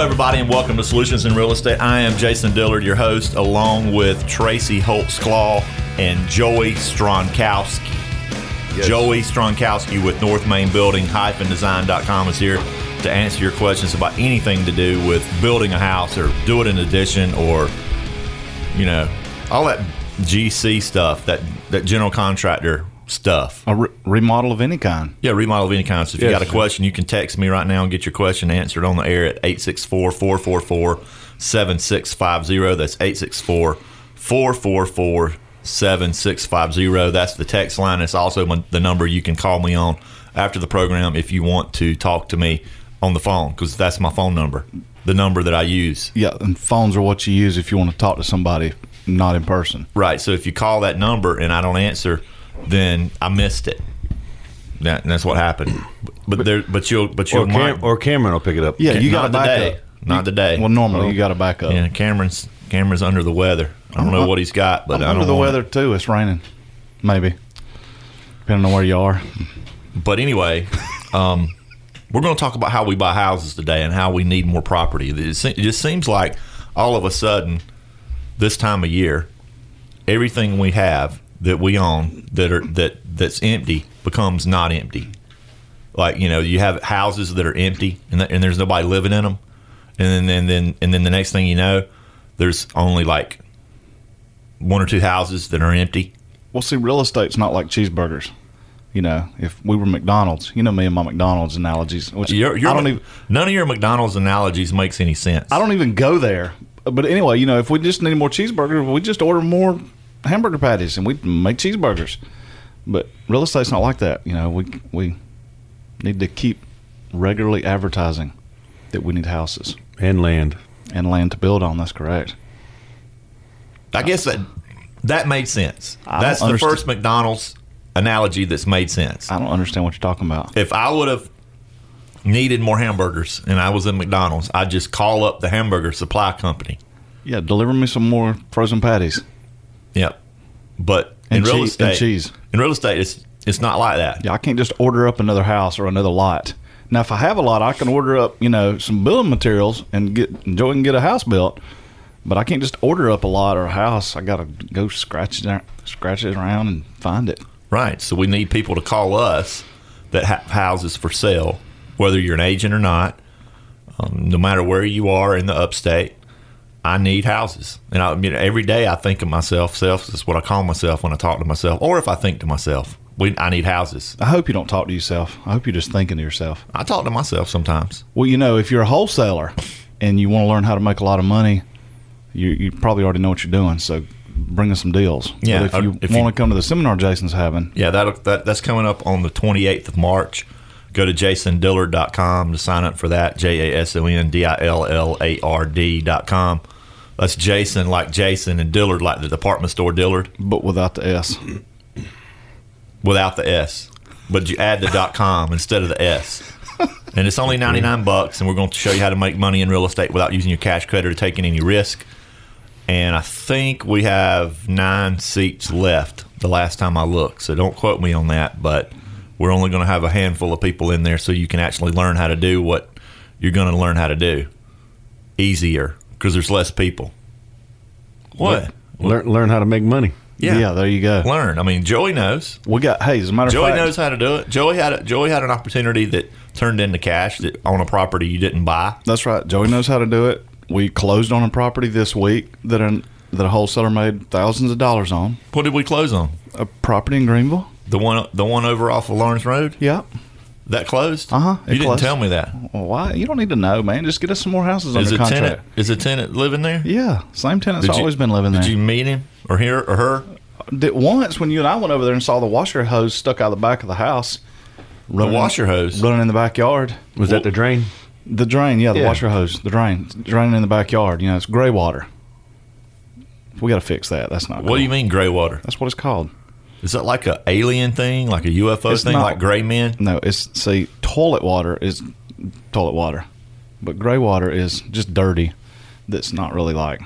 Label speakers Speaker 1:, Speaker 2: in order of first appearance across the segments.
Speaker 1: everybody, and welcome to Solutions in Real Estate. I am Jason Dillard, your host, along with Tracy Holtzclaw and Joey Stronkowski. Joey Stronkowski with North Main Building Design.com is here to answer your questions about anything to do with building a house or do it in addition or, you know, all that GC stuff, that, that general contractor stuff.
Speaker 2: A re- remodel of any kind.
Speaker 1: Yeah, remodel of any kind. So if you
Speaker 3: Yes.
Speaker 1: got a question, you can text me right now and get your question answered on the air at 864 444 7650. That's 864 444 7650. That's the text line. It's also my- the number you can call me on after the program if you want to talk to me on the phone because that's my phone number, the number that I use.
Speaker 2: Yeah, and phones are what you use if you want to talk to somebody not in person.
Speaker 1: Right. So if you call that number and I don't answer, then I missed it. That, and that's what happened. But there, but you'll, but you'll
Speaker 3: Or, Cam- or Cameron will pick it up.
Speaker 2: Yeah,
Speaker 1: Okay,
Speaker 2: you
Speaker 1: not
Speaker 2: got to back
Speaker 1: today.
Speaker 2: up.
Speaker 1: Not today. Oh,
Speaker 2: Well, normally you got to back up.
Speaker 1: yeah, Cameron's Cameron's under the weather. I don't know what he's got, but
Speaker 2: I'm
Speaker 1: I
Speaker 2: under
Speaker 1: don't
Speaker 2: the
Speaker 1: wanna-
Speaker 2: weather too. It's raining, maybe. Depending on where you are.
Speaker 1: But anyway, um, we're going to talk about how we buy houses today and how we need more property. It se- it just seems like all of a sudden, this time of year, everything we have that we own that are that that's empty becomes not empty. Like you know, you have houses that are empty and, that, and there's nobody living in them, and then and then and then the next thing you know, there's only like one or two houses that are empty.
Speaker 2: Well, see, real estate's not like cheeseburgers. You know, if we were McDonald's, you know me and my McDonald's analogies, which
Speaker 1: Your, your,
Speaker 2: I don't even
Speaker 1: none of your McDonald's analogies makes any sense.
Speaker 2: I don't even go there. But anyway, you know, if we just need more cheeseburgers, we just order more hamburger patties and we make cheeseburgers. But real estate's not like that. You know, we we need to keep regularly advertising that we need houses
Speaker 3: And land.
Speaker 2: and land to build on. That's correct.
Speaker 1: I guess that that made sense.
Speaker 2: I don't
Speaker 1: That's the
Speaker 2: understand-
Speaker 1: first McDonald's analogy that's made sense.
Speaker 2: I don't understand what you're talking about.
Speaker 1: If I would have needed more hamburgers and I was in McDonald's, I'd just call up the hamburger supply company.
Speaker 2: Yeah, deliver me some more frozen patties
Speaker 1: Yep. But in
Speaker 2: and,
Speaker 1: real
Speaker 2: cheese,
Speaker 1: estate,
Speaker 2: and cheese.
Speaker 1: in real estate, it's it's not like that.
Speaker 2: Yeah, I can't just order up another house or another lot. Now, if I have a lot, I can order up, you know, some building materials and get Joey can get a house built. But I can't just order up a lot or a house. I got to go scratch it, ar- scratch it around and find it.
Speaker 1: Right. So we need people to call us that have houses for sale, whether you're an agent or not, um, no matter where you are in the upstate. I need houses, and I mean every day I think of myself. Self is what I call myself when I talk to myself, or if I think to myself, we, I need houses.
Speaker 2: I hope you don't talk to yourself. I hope you're just thinking to yourself.
Speaker 1: I talk to myself sometimes.
Speaker 2: Well, you know, if you're a wholesaler and you want to learn how to make a lot of money, you, you probably already know what you're doing. So bring us some deals.
Speaker 1: Yeah,
Speaker 2: But if you
Speaker 1: if you-
Speaker 2: want to come to the seminar Jason's having,
Speaker 1: Yeah, that'll, that that's coming up on the 28th of March. Go to jasondillard.com to sign up for that. J A S O N D I L L A R D.com. That's Jason, like Jason, and Dillard, like the department store Dillard,
Speaker 2: but without the S.
Speaker 1: without the S. But you add the dot .com instead of the S. And it's only 99 bucks, and we're going to show you how to make money in real estate without using your cash credit or taking any risk. And I think we have nine seats left the last time I looked. So don't quote me on that, but we're only going to have a handful of people in there so you can actually learn how to do what you're going to learn how to do easier because there's less people. What?
Speaker 3: Learn, learn how to make money.
Speaker 1: Yeah.
Speaker 2: there you go.
Speaker 1: Learn. I mean, Joey knows.
Speaker 2: We got hey, as a matter of
Speaker 1: Joey
Speaker 2: fact,
Speaker 1: knows how to do it. Joey had a, Joey had an opportunity that turned into cash that on a property you didn't buy.
Speaker 2: That's right. Joey knows how to do it. We closed on a property this week that an, that a wholesaler made thousands of dollars on.
Speaker 1: What did we close on?
Speaker 2: A property in Greenville.
Speaker 1: The one the one over off of Lawrence Road
Speaker 2: Yeah.
Speaker 1: that closed.
Speaker 2: Uh-huh, it
Speaker 1: You didn't
Speaker 2: closed.
Speaker 1: tell me that.
Speaker 2: Well, why? You don't need to know, man. Just get us some more houses
Speaker 1: Is
Speaker 2: under
Speaker 1: a
Speaker 2: contract.
Speaker 1: tenant is a tenant living there?
Speaker 2: Yeah, same tenant's
Speaker 1: Did you-
Speaker 2: always been living there.
Speaker 1: Did you meet him or hear or her?
Speaker 2: Did- once when you and I went over there and saw the washer hose stuck out of the back of the house,
Speaker 1: The washer hose.
Speaker 2: running in the backyard.
Speaker 3: Was that the drain?
Speaker 2: The drain, yeah, the
Speaker 3: Yeah.
Speaker 2: washer hose, the drain, It's draining in the backyard. You know, it's gray water. We got to fix that. That's not.
Speaker 1: What do you mean gray water?
Speaker 2: That's what it's called.
Speaker 1: Is that like a alien thing, like a UFO
Speaker 2: It's
Speaker 1: thing,
Speaker 2: not-
Speaker 1: like gray men?
Speaker 2: No, it's see, toilet water is toilet water, but gray water is just dirty. That's not really like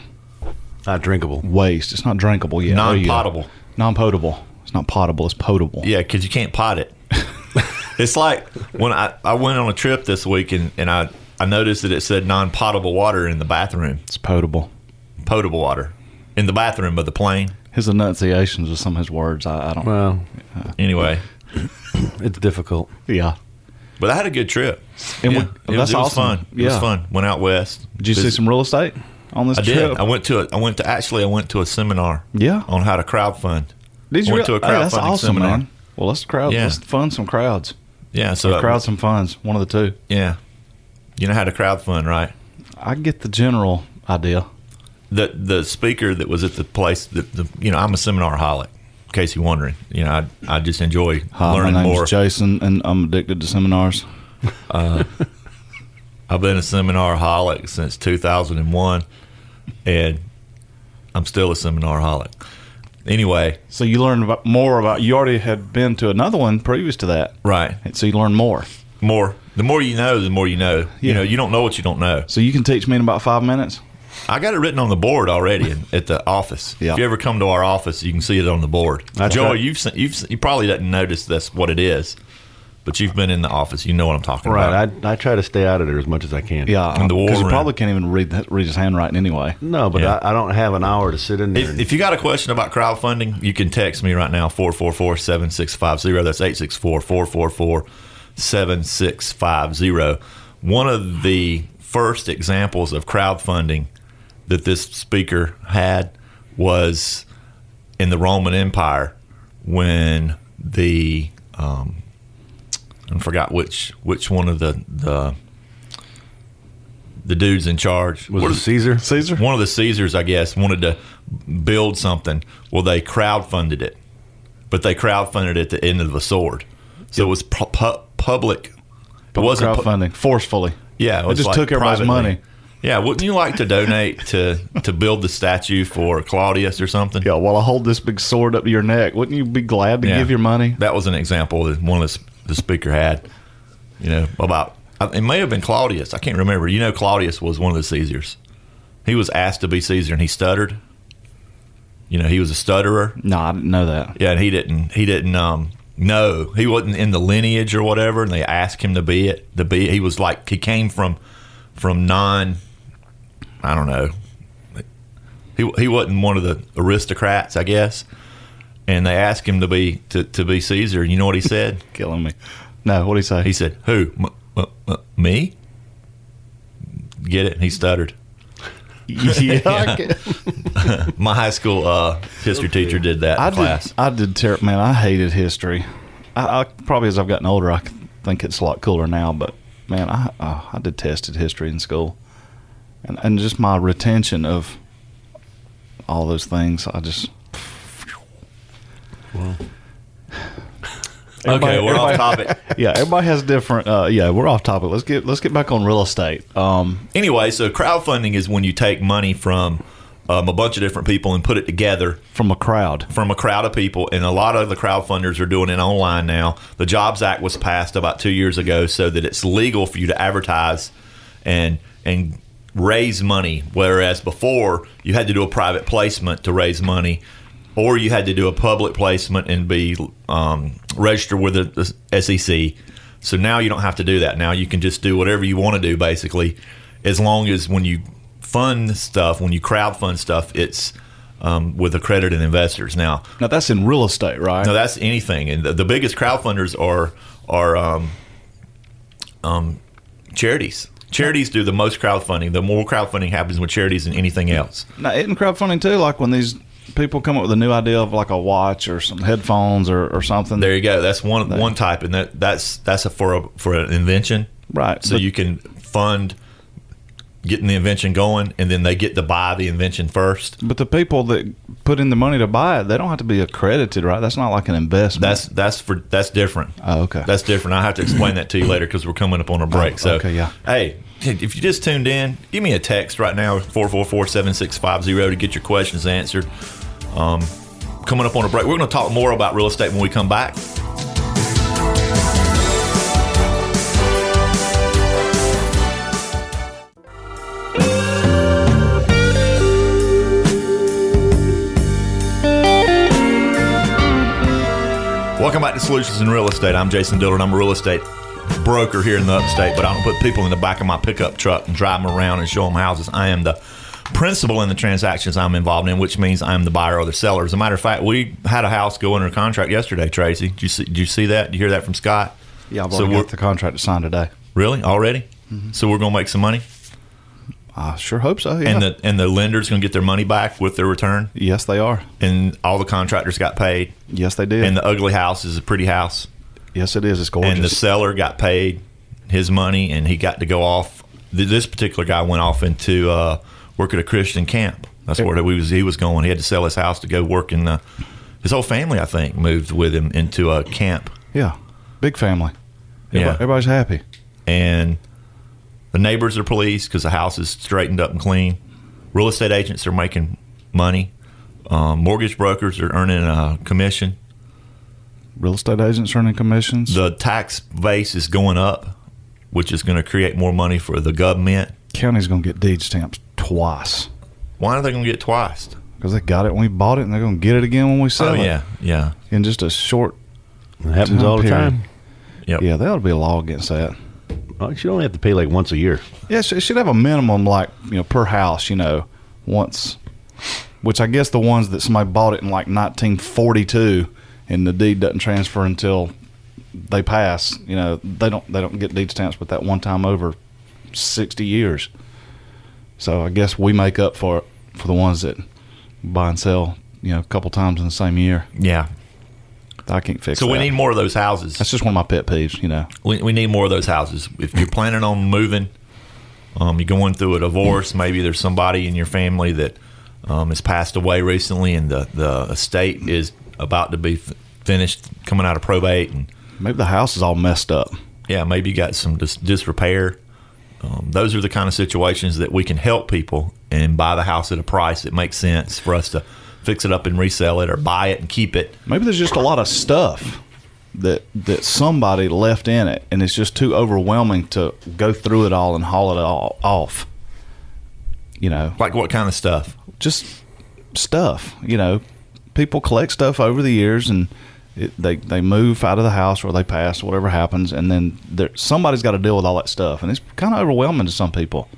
Speaker 3: Not drinkable.
Speaker 2: waste. It's not drinkable yet. Oh, yeah.
Speaker 1: Non-potable.
Speaker 2: Non-potable. It's not potable. It's potable.
Speaker 1: Yeah, because you can't pot it. it's like when I, I went on a trip this week and, and I I noticed that it said non-potable water in the bathroom,
Speaker 2: It's potable.
Speaker 1: potable water in the bathroom of the plane.
Speaker 2: His enunciations of some of his words, I, I don't.
Speaker 3: Well,
Speaker 1: Anyway,
Speaker 3: it's difficult.
Speaker 2: yeah.
Speaker 1: but I had a good trip.
Speaker 2: And
Speaker 1: Yeah, it,
Speaker 2: we-
Speaker 1: was,
Speaker 2: that's
Speaker 1: it was
Speaker 2: awesome.
Speaker 1: fun. It was
Speaker 2: Yeah.
Speaker 1: fun. Went out west.
Speaker 2: Did you see
Speaker 1: Vis-
Speaker 2: some real estate on this
Speaker 1: I
Speaker 2: trip?
Speaker 1: did. I went to a, I went to actually I went to a seminar.
Speaker 2: Yeah.
Speaker 1: On how to crowdfund.
Speaker 2: Did
Speaker 1: I
Speaker 2: you
Speaker 1: went
Speaker 2: really-
Speaker 1: to a
Speaker 2: Hey, that's
Speaker 1: crowdfunding
Speaker 2: awesome,
Speaker 1: seminar.
Speaker 2: man. Well, let's crowd.
Speaker 1: Yeah.
Speaker 2: Let's fund some crowds.
Speaker 1: Yeah. So I-
Speaker 2: crowd some funds. One of the two.
Speaker 1: Yeah. You know how to crowdfund, right?
Speaker 2: I get the general idea.
Speaker 1: the the speaker that was at the place that the you know I'm a seminar holic. In case you're wondering, you know I, I just enjoy
Speaker 2: Hi,
Speaker 1: learning
Speaker 2: Uh, my name's
Speaker 1: more.
Speaker 2: Jason, and I'm addicted to seminars.
Speaker 1: I've been a seminar holic since 2001, and I'm still a seminar holic. Anyway,
Speaker 2: So you learn about more about. You already had been to another one previous to that,
Speaker 1: right?
Speaker 2: and so you learn more.
Speaker 1: More the more you know, the more you know. You
Speaker 2: Yeah.
Speaker 1: know you don't know what you don't know.
Speaker 2: So you can teach me in about five minutes.
Speaker 1: I got it written on the board already in, at the office.
Speaker 2: Yeah.
Speaker 1: If you ever come to our office, you can see it on the board.
Speaker 3: That's
Speaker 1: Joey,
Speaker 3: right.
Speaker 1: you've, seen, you've seen- you probably didn't notice that's what it is, but you've been in the office. You know what I'm talking about.
Speaker 3: Right. I, I try to stay out of there as much as I can.
Speaker 2: Yeah,
Speaker 1: In the war
Speaker 2: because you
Speaker 1: room.
Speaker 2: probably can't even read that, read his handwriting anyway.
Speaker 3: No, but
Speaker 1: Yeah.
Speaker 3: I, I don't have an hour to sit in there.
Speaker 1: If,
Speaker 3: and-
Speaker 1: if you got a question about crowdfunding, you can text me right now, 444 7650. That's 864 444 7650. One of the first examples of crowdfunding that this speaker had was in the Roman Empire when the, um, I forgot which which one of the, the, the dudes in charge
Speaker 3: was
Speaker 1: What
Speaker 3: it
Speaker 1: is-
Speaker 3: Caesar?
Speaker 2: Caesar.
Speaker 1: one of the Caesars, I guess, wanted to build something. Well, they crowdfunded it, but they crowdfunded it at the end of a sword. So it was pu- pu- public. It wasn't. pu-
Speaker 2: crowdfunding forcefully.
Speaker 1: yeah, it, was
Speaker 2: just
Speaker 1: like
Speaker 2: took everybody's
Speaker 1: privately.
Speaker 2: money.
Speaker 1: Yeah, wouldn't you like to donate to to build the statue for Claudius or something?
Speaker 2: Yeah, while Uh, I hold this big sword up to your neck, wouldn't you be glad to
Speaker 1: Yeah.
Speaker 2: give your money?
Speaker 1: That was an example that one of the, s- the speaker had. You know about it may have been Claudius. I can't remember. You know, Claudius was one of the Caesars. He was asked to be Caesar, and he stuttered. You know, he was a stutterer.
Speaker 2: No, I didn't know that.
Speaker 1: Yeah, and he didn't. He didn't. Um, no, he wasn't in the lineage or whatever. And they asked him to be it. To be, he was like he came from from non. I don't know. He he wasn't one of the aristocrats, I guess. And they asked him to be to, to be Caesar. You know what he said?
Speaker 2: Killing me. No, what do you say?
Speaker 1: he said, "Who? M- m- m- me?" Get it? And he stuttered.
Speaker 2: yeah, I, ca-
Speaker 1: My high school uh, history teacher did that in
Speaker 2: I
Speaker 1: class.
Speaker 2: did. I did. Ter- man, I hated history. I, I probably as I've gotten older, I think it's a lot cooler now. But man, I uh, I detested history in school, and and just my retention of all those things. I just
Speaker 1: Okay,
Speaker 2: Everybody-
Speaker 1: we're off topic.
Speaker 2: yeah. Everybody has different. Uh, yeah, we're off topic. Let's get let's get back on real estate. Um,
Speaker 1: anyway, so crowdfunding is when you take money from um, a bunch of different people and put it together
Speaker 2: from a crowd.
Speaker 1: from a crowd of people. And a lot of the crowdfunders are doing it online now. The Jobs Act was passed about two years ago so that it's legal for you to advertise and and raise money, whereas before you had to do a private placement to raise money. Or you had to do a public placement and be um, registered with the, the SEC. So now you don't have to do that. Now you can just do whatever you want to do, basically, as long as when you fund stuff, when you crowdfund stuff, it's um, with accredited investors. Now,
Speaker 2: Now that's in real estate, right?
Speaker 1: no, that's anything, and the, the biggest crowdfunders are are um, um, charities. Charities do the most crowdfunding. The more crowdfunding happens with charities than anything else.
Speaker 2: Now, isn't crowdfunding too like when these people come up with a new idea of like a watch or some headphones or, or something?
Speaker 1: There you go. That's one one type, and that that's that's a for a, for an invention.
Speaker 2: right.
Speaker 1: So
Speaker 2: but-
Speaker 1: you can fund getting the invention going, and then they get to buy the invention first.
Speaker 2: But the people that put in the money to buy it, they don't have to be accredited, right? That's not like an investment.
Speaker 1: That's that's for that's different.
Speaker 2: Oh, okay.
Speaker 1: That's different. I have to explain that to you later because we're coming up on a break. So
Speaker 2: Oh, okay, yeah.
Speaker 1: Hey, if you just tuned in, give me a text right now 444-7650 to get your questions answered. Um, coming up on a break, we're going to talk more about real estate when we come back. Welcome back to Solutions in Real Estate. I'm Jason Dillard. I'm a real estate broker here in the upstate, but I don't put people in the back of my pickup truck and drive them around and show them houses. I am the principal in the transactions I'm involved in, which means I'm the buyer or the seller. As a matter of fact, we had a house go under contract yesterday, Tracy. Did you see, did you see that? Did you hear that from Scott?
Speaker 2: Yeah, I've
Speaker 1: So
Speaker 2: already
Speaker 1: we're-
Speaker 2: got the contract to sign today.
Speaker 1: Really? Already? So we're going to make some money?
Speaker 2: I sure hope so. Yeah.
Speaker 1: And the and the lender's going to get their money back with their return?
Speaker 2: yes, they are.
Speaker 1: And all the contractors got paid?
Speaker 2: Yes, they did.
Speaker 1: And the ugly house is a pretty house?
Speaker 2: yes, it is. It's
Speaker 1: and the
Speaker 2: gorgeous.
Speaker 1: seller got paid his money and he got to go off th- this particular guy went off into uh, work at a christian camp that's where we was he was going he had to sell his house to go work in the his whole family i think moved with him into a camp
Speaker 2: yeah, big family. Everybody-
Speaker 1: Yeah.
Speaker 2: everybody's happy.
Speaker 1: and the neighbors are pleased because the house is straightened up and clean real estate agents are making money um, mortgage brokers are earning a commission
Speaker 2: Real estate agents earning commissions.
Speaker 1: the tax base is going up which is going to create more money for the government
Speaker 2: county's going to get deed stamps twice
Speaker 1: why are they going to get twice
Speaker 2: because they got it when we bought it, and they're going to get it again when we sell
Speaker 1: Oh
Speaker 2: it.
Speaker 1: yeah, yeah,
Speaker 2: In just a short.
Speaker 3: It happens
Speaker 2: Time
Speaker 3: all the
Speaker 2: period.
Speaker 3: time.
Speaker 1: yep.
Speaker 2: Yeah, that ought to be a law against that.
Speaker 3: Well, you only have to pay like once a year.
Speaker 2: Yeah, it should have a minimum, like you know, per house. You know, once. Which I guess the ones that somebody bought it in like 1942, and the deed doesn't transfer until they pass. You know, they don't they don't get deed stamps, but that one time over, 60 years. So I guess we make up for it for the ones that buy and sell. You know, a couple times in the same year.
Speaker 1: yeah.
Speaker 2: I can't fix.
Speaker 1: So we
Speaker 2: that.
Speaker 1: need more of those houses.
Speaker 2: That's just one of my pet peeves. You know.
Speaker 1: We, we need more of those houses. If you're planning on moving, um, you're going through a divorce. Maybe there's somebody in your family that um, has passed away recently, and the the estate is about to be f- finished, coming out of probate, and
Speaker 2: Maybe the house is all messed up.
Speaker 1: yeah, maybe you got some dis- disrepair. Um, those are the kind of situations that we can help people and buy the house at a price that makes sense for us to fix it up and resell it, or buy it and keep it.
Speaker 2: Maybe there's just a lot of stuff that that somebody left in it, and it's just too overwhelming to go through it all and haul it all off. You know,
Speaker 1: Like what kind of stuff?
Speaker 2: just stuff. You know, people collect stuff over the years, and it, they they move out of the house or they pass, whatever happens, and then there, somebody's got to deal with all that stuff, and it's kind of overwhelming to some people.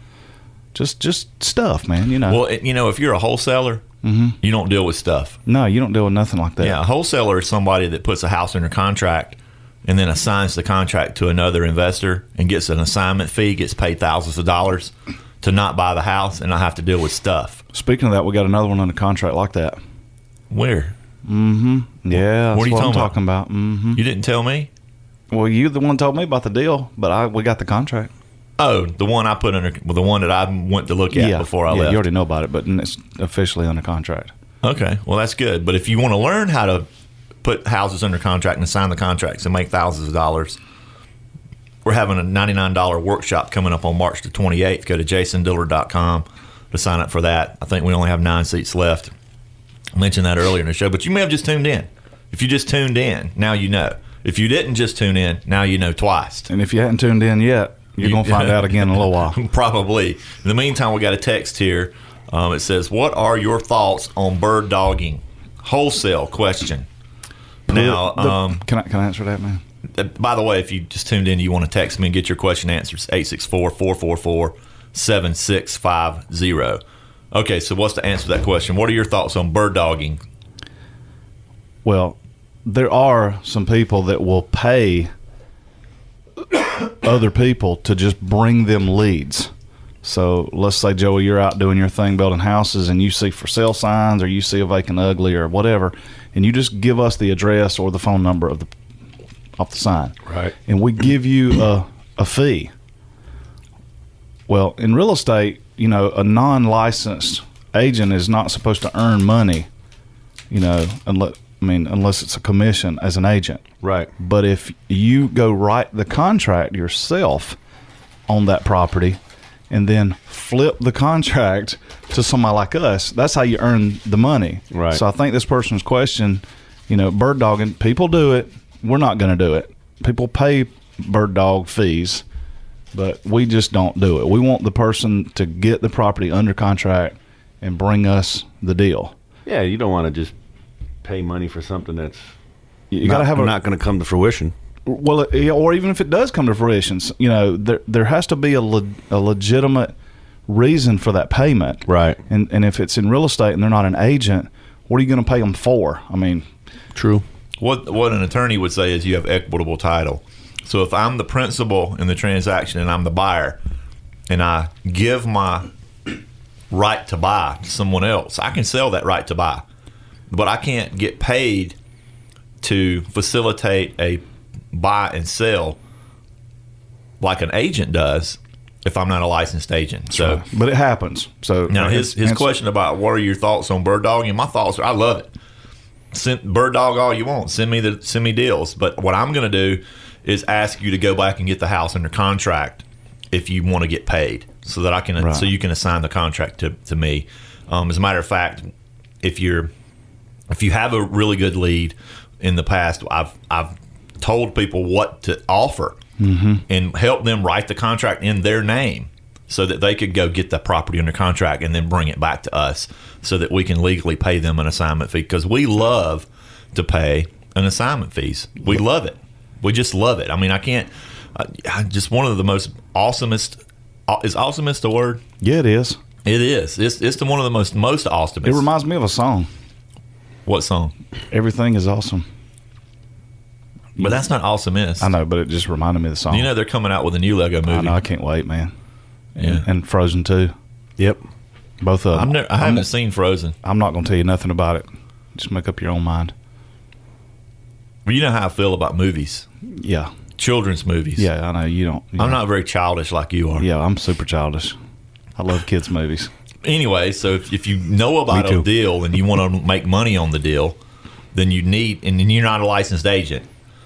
Speaker 2: Just just stuff, man. You know,
Speaker 1: Well, it- you know, if you're a wholesaler, you don't deal with stuff.
Speaker 2: no, you don't deal with nothing like that.
Speaker 1: Yeah, a wholesaler is somebody that puts a house under contract and then assigns the contract to another investor and gets an assignment fee, gets paid thousands of dollars to not buy the house and not have to deal with stuff.
Speaker 2: Speaking of that, we got another one under contract like that.
Speaker 1: Where?
Speaker 2: Yeah,
Speaker 1: What are
Speaker 2: that's
Speaker 1: you talking Mm-hmm.
Speaker 2: I'm talking about? hmm
Speaker 1: You didn't tell me?
Speaker 2: Well, you the one told me about the deal, but I we got the contract.
Speaker 1: Oh, the one I put under, well, the one that I went to look at before I
Speaker 2: yeah,
Speaker 1: left.
Speaker 2: you already know about it, but it's officially under contract.
Speaker 1: Okay, well that's good. But if you want to learn how to put houses under contract and sign the contracts and make thousands of dollars, we're having a ninety-nine dollar workshop coming up on March the twenty-eighth. Go to jasondiller.com to sign up for that. I think we only have nine seats left. I mentioned that earlier in the show, but you may have just tuned in. If you just tuned in, now you know. If you didn't just tune in, now you know twice.
Speaker 2: And if you hadn't tuned in yet, you're
Speaker 1: You-
Speaker 2: gonna find out again in a little while.
Speaker 1: Probably. In the meantime, we got a text here. Um, it says, "What are your thoughts on bird dogging? Wholesale question." Now,
Speaker 2: The- the-
Speaker 1: um,
Speaker 2: can I can I answer that, man?
Speaker 1: uh, by the way, if you just tuned in, you want to text me and get your question answered. It's 864-444-7650. Okay, so what's the answer to that question? What are your thoughts on bird dogging?
Speaker 2: Well, there are some people that will pay other people to just bring them leads. So let's say Joey, you're out doing your thing building houses, and you see for sale signs, or you see a vacant ugly, or whatever, and you just give us the address or the phone number of the off the sign,
Speaker 3: Right.
Speaker 2: And we give you a a fee. Well, in real estate, you know, a non-licensed agent is not supposed to earn money you know, unless I mean, unless it's a commission as an agent.
Speaker 3: Right.
Speaker 2: But if you go write the contract yourself on that property and then flip the contract to somebody like us, that's how you earn the money.
Speaker 3: Right.
Speaker 2: So I think this person's question, you know, bird dogging, people do it. We're not going to do it. People pay bird dog fees, but we just don't do it. We want the person to get the property under contract and bring us the deal.
Speaker 3: Yeah, you don't want to just pay money for something that's
Speaker 2: You got to have a
Speaker 3: not going to come to fruition.
Speaker 2: well, yeah, or even if it does come to fruition, s- you know, there there has to be a, le- a legitimate reason for that payment,
Speaker 3: Right.
Speaker 2: And and if it's in real estate and they're not an agent, what are you going to pay them for? I mean,
Speaker 3: True.
Speaker 1: What what an attorney would say is you have equitable title. So if I'm the principal in the transaction and I'm the buyer, and I give my right to buy to someone else, I can sell that right to buy, but I can't get paid to facilitate a buy and sell like an agent does if I'm not a licensed agent. So.
Speaker 2: but it happens. So uh,
Speaker 1: Now his his
Speaker 2: hence-
Speaker 1: question about what are your thoughts on bird dog and my thoughts are I love it. Send bird dog all you want. Send me the send me deals. But what I'm gonna do is ask you to go back and get the house under contract if you want to get paid. So that I can
Speaker 2: Right.
Speaker 1: so you can assign the contract to, to me. Um, as a matter of fact, if you're if you have a really good lead in the past, I've I've told people what to offer and help them write the contract in their name so that they could go get the property under contract and then bring it back to us so that we can legally pay them an assignment fee because we love to pay an assignment fees. We love it. We just love it. I mean, I can't. I, I just one of the most awesomest. aw- Is awesomest a word?
Speaker 2: Yeah, it is.
Speaker 1: It is. It's it's the one of the most most awesomest.
Speaker 2: It reminds me of a song.
Speaker 1: what song?
Speaker 2: Everything is awesome.
Speaker 1: But that's not awesomest.
Speaker 2: I know, but it just reminded me of the song.
Speaker 1: You know they're coming out with a new Lego movie.
Speaker 2: I know. I can't wait, man.
Speaker 1: Yeah.
Speaker 2: And Frozen too.
Speaker 3: Yep.
Speaker 2: Both of them.
Speaker 1: I'm never, I haven't seen Frozen.
Speaker 2: I'm not going to tell you nothing about it. Just make up your own mind.
Speaker 1: But you know how I feel about movies,
Speaker 2: Yeah.
Speaker 1: children's movies.
Speaker 2: Yeah, I know you don't. you
Speaker 1: I'm
Speaker 2: know.
Speaker 1: not very childish like you are.
Speaker 2: Yeah, I'm super childish. I love kids movies.
Speaker 1: Anyway, so if, if you know about
Speaker 3: too.
Speaker 1: a deal and you want to make money on the deal, then you need, and then you're not a licensed agent,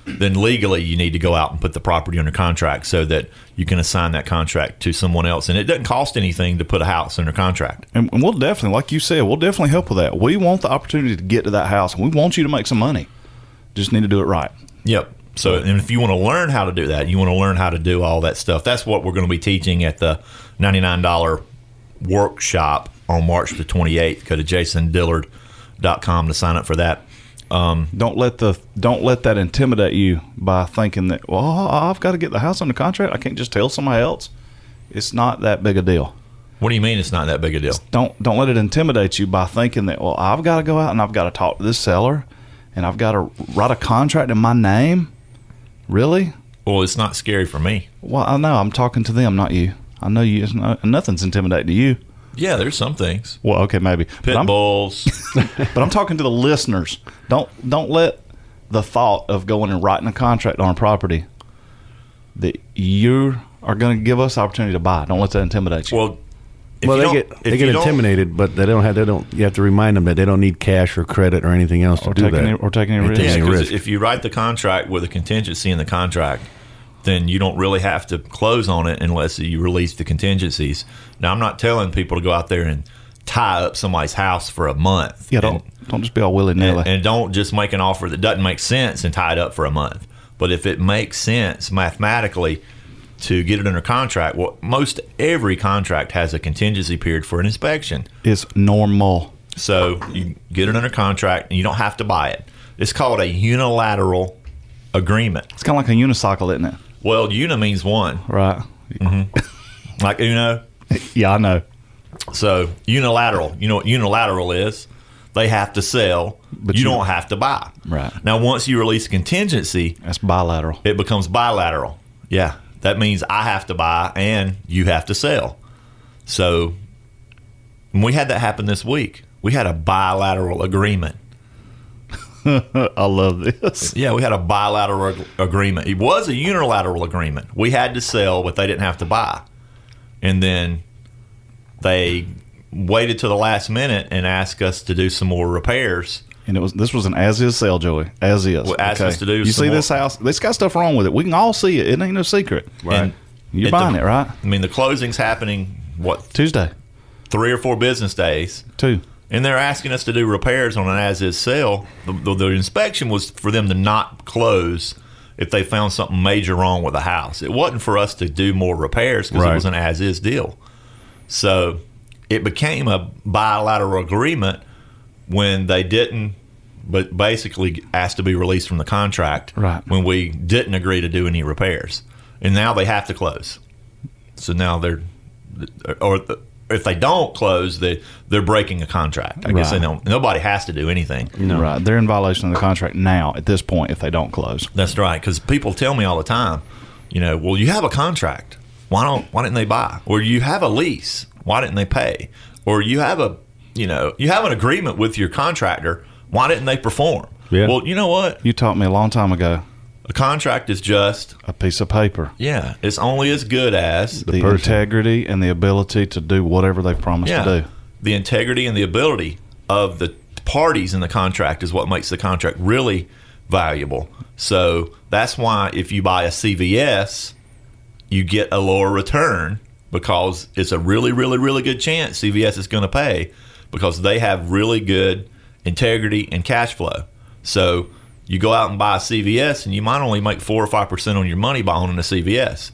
Speaker 1: then legally you need to go out and put the property under contract so that you can assign that contract to someone else. And it doesn't cost anything to put a house under contract.
Speaker 2: And, and we'll definitely, like you said, we'll definitely help with that. We want the opportunity to get to that house and we want you to make some money. Just need to do it right.
Speaker 1: Yep. So, and if you want to learn how to do that, you want to learn how to do all that stuff. That's what we're going to be teaching at the $99 workshop on March the 28th. Go to jasondillard.com to sign up for that.
Speaker 2: Don't let the don't let that intimidate you by thinking that, well, I've got to get the house under contract. I can't just tell somebody else. It's not that big a deal.
Speaker 1: What do you mean it's not that big a deal?
Speaker 2: don't don't let it intimidate you by thinking that well I've got to go out and I've got to talk to this seller and I've got to write a contract in my name. Really?
Speaker 1: Well, it's not scary for me.
Speaker 2: Well, I know I'm talking to them, not you. I know you. It's no, nothing's intimidating to you.
Speaker 1: Yeah, there's some things.
Speaker 2: Well, okay, maybe.
Speaker 1: Pit
Speaker 2: but, I'm,
Speaker 1: bulls.
Speaker 2: but I'm talking to the listeners. Don't don't let the thought of going and writing a contract on a property that you are going to give us the opportunity to buy. Don't let that intimidate you.
Speaker 1: well, if
Speaker 3: well,
Speaker 1: you
Speaker 3: they
Speaker 1: don't-
Speaker 3: get
Speaker 1: if
Speaker 3: they get
Speaker 1: you don't-
Speaker 3: intimidated, but they don't have they don't. You have to remind them that they don't need cash or credit or anything else to
Speaker 2: Or
Speaker 3: do
Speaker 2: take
Speaker 3: that.
Speaker 2: any- or take any
Speaker 3: They
Speaker 2: risk.
Speaker 1: Yeah,
Speaker 2: Any
Speaker 1: 'cause
Speaker 3: risk.
Speaker 1: if you write the contract with a contingency in the contract, then you don't really have to close on it unless you release the contingencies. Now, I'm not telling people to go out there and tie up somebody's house for a month.
Speaker 2: yeah, don't don't just be all willy nilly.
Speaker 1: and, and don't just make an offer that doesn't make sense and tie it up for a month. But if it makes sense mathematically to get it under contract, well, most every contract has a contingency period for an inspection.
Speaker 2: It's normal.
Speaker 1: So you get it under contract and you don't have to buy it. It's called a unilateral agreement.
Speaker 2: It's kind of like a unicycle, isn't it?
Speaker 1: Well, una means one,
Speaker 2: Right.
Speaker 1: Mm. like uno.
Speaker 2: Yeah, I know.
Speaker 1: So unilateral. You know what unilateral is? They have to sell, but you,
Speaker 2: you-
Speaker 1: don't have to buy.
Speaker 2: Right.
Speaker 1: Now, once you release contingency,
Speaker 2: That's bilateral.
Speaker 1: it becomes bilateral. Yeah. That means I have to buy and you have to sell. So and we had that happen this week. We had a bilateral agreement.
Speaker 2: I love this.
Speaker 1: Yeah, we had a bilateral ag- agreement. It was a unilateral agreement. We had to sell, but they didn't have to buy. And then they waited to the last minute and asked us to do some more repairs.
Speaker 2: And it was this was an as is sale, Joey. As is.
Speaker 1: Well, as is to do
Speaker 2: You
Speaker 1: some
Speaker 2: see this
Speaker 1: more-
Speaker 2: house? It's got stuff wrong with it. We can all see it. It ain't no secret.
Speaker 1: And
Speaker 2: You're
Speaker 1: at
Speaker 2: buying
Speaker 1: the-
Speaker 2: it, right?
Speaker 1: I mean, the closing's happening what
Speaker 2: Tuesday,
Speaker 1: three or four business days,
Speaker 2: two.
Speaker 1: and they're asking us to do repairs on an as-is sale. The, the, the inspection was for them to not close if they found something major wrong with the house. It wasn't for us to do more repairs because it
Speaker 3: Right.
Speaker 1: was an as-is deal. So it became a bilateral agreement when they didn't but basically asked to be released from the contract
Speaker 2: Right.
Speaker 1: when we didn't agree to do any repairs. And now they have to close. So now they're, or the, if they don't close, they, they're breaking a contract. I guess they
Speaker 2: Right.
Speaker 1: don't, nobody has to do anything.
Speaker 2: Right. They're in violation of the contract now at this point if they don't close.
Speaker 1: That's right. Because people tell me all the time, you know, well, you have a contract. Why don't Why didn't they buy? Or you have a lease. Why didn't they pay? Or you have a, you know, you have an agreement with your contractor. Why didn't they perform?
Speaker 3: Yeah.
Speaker 1: Well, you know what?
Speaker 2: You taught me a long time ago
Speaker 1: A contract is just
Speaker 2: a piece of paper.
Speaker 1: yeah. It's only as good as
Speaker 2: The,
Speaker 3: person.
Speaker 2: integrity and the ability to do whatever they've promised
Speaker 1: yeah.
Speaker 2: to do.
Speaker 1: The integrity and the ability of the parties in the contract is what makes the contract really valuable. So that's why if you buy a CVS, you get a lower return because it's a really, really, really good chance CVS is going to pay because they have really good integrity and cash flow. So you go out and buy a CVS and you might only make four or five percent on your money by owning a CVS.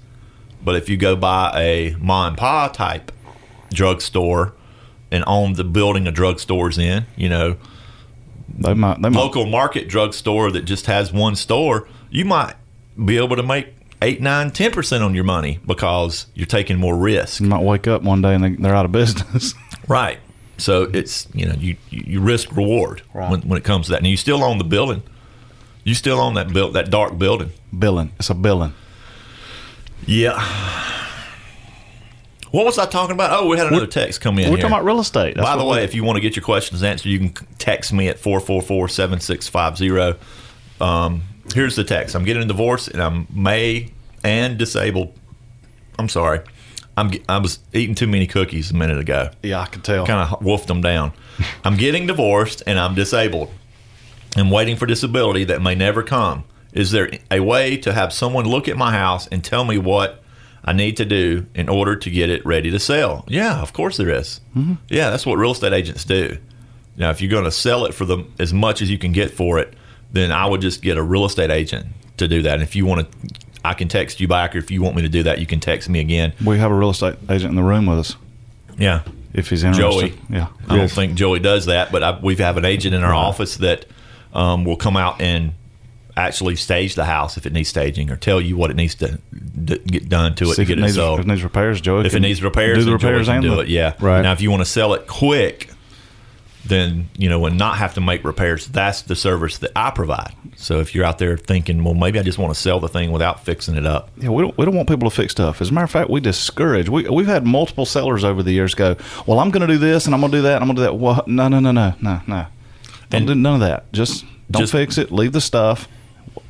Speaker 1: But if you go buy a Ma and Pa type drugstore and own the building a drugstore's in, you know,
Speaker 2: They might they might
Speaker 1: local market drugstore that just has one store, you might be able to make eight, nine, ten percent on your money because you're taking more risk.
Speaker 2: You might wake up one day and they, they're out of business.
Speaker 1: Right. So it's you know you you you risk reward
Speaker 2: Right.
Speaker 1: when, when it comes to that, and you still own the building. You still own that built that dark building.
Speaker 2: billing. It's a billing.
Speaker 1: Yeah. What was I talking about? Oh, we had another text come in.
Speaker 2: We're
Speaker 1: here.
Speaker 2: talking about real estate. That's
Speaker 1: By the
Speaker 2: what
Speaker 1: way, if you want to get your questions answered, you can text me at 444 7650. Um, Here's the text I'm getting a divorce and I'm may and disabled. I'm sorry. I'm, ge- I was eating too many cookies a minute ago.
Speaker 2: we- yeah, I can tell.
Speaker 1: Kind of wolfed them down. I'm getting divorced and I'm disabled. I'm waiting for disability that may never come. Is there a way to have someone look at my house and tell me what I need to do in order to get it ready to sell? Yeah, of course there is. Yeah, that's what real estate agents do. Now, if you're going to sell it for the as much as you can get for it, then I would just get a real estate agent to do that. And if you want to, I can text you back, or if you want me to do that, you can text me again.
Speaker 2: we have a real estate agent in the room with us
Speaker 1: Yeah,
Speaker 2: if he's interested.
Speaker 1: Joey.
Speaker 2: Yeah.
Speaker 1: I don't
Speaker 3: Yes.
Speaker 1: think Joey does that, but I, we have an agent in our office that um, will come out and actually stage the house if it needs staging, or tell you what it needs to d- get done to it
Speaker 2: See
Speaker 1: to
Speaker 2: if
Speaker 1: get
Speaker 2: it,
Speaker 1: it
Speaker 2: needs,
Speaker 1: sold.
Speaker 2: if it needs repairs, Joey.
Speaker 1: If it
Speaker 2: can
Speaker 1: needs repairs,
Speaker 2: do the
Speaker 1: then Joey
Speaker 2: repairs
Speaker 1: can
Speaker 2: and
Speaker 1: do
Speaker 2: the-
Speaker 1: it. Yeah,
Speaker 3: Right.
Speaker 1: Now, if you want to sell it quick, then you know and not have to make repairs. That's the service that I provide. So if you're out there thinking, well, maybe I just want to sell the thing without fixing it up,
Speaker 2: Yeah, we don't, we don't want people to fix stuff. As a matter of fact, we discourage. We, we've had multiple sellers over the years go, well, I'm going to do this and I'm going to do that and I'm going to do that. Well, no, no, no, no, no, no. Don't
Speaker 1: And-
Speaker 2: do none of that. Just don't
Speaker 1: Just-
Speaker 2: fix it. Leave the stuff.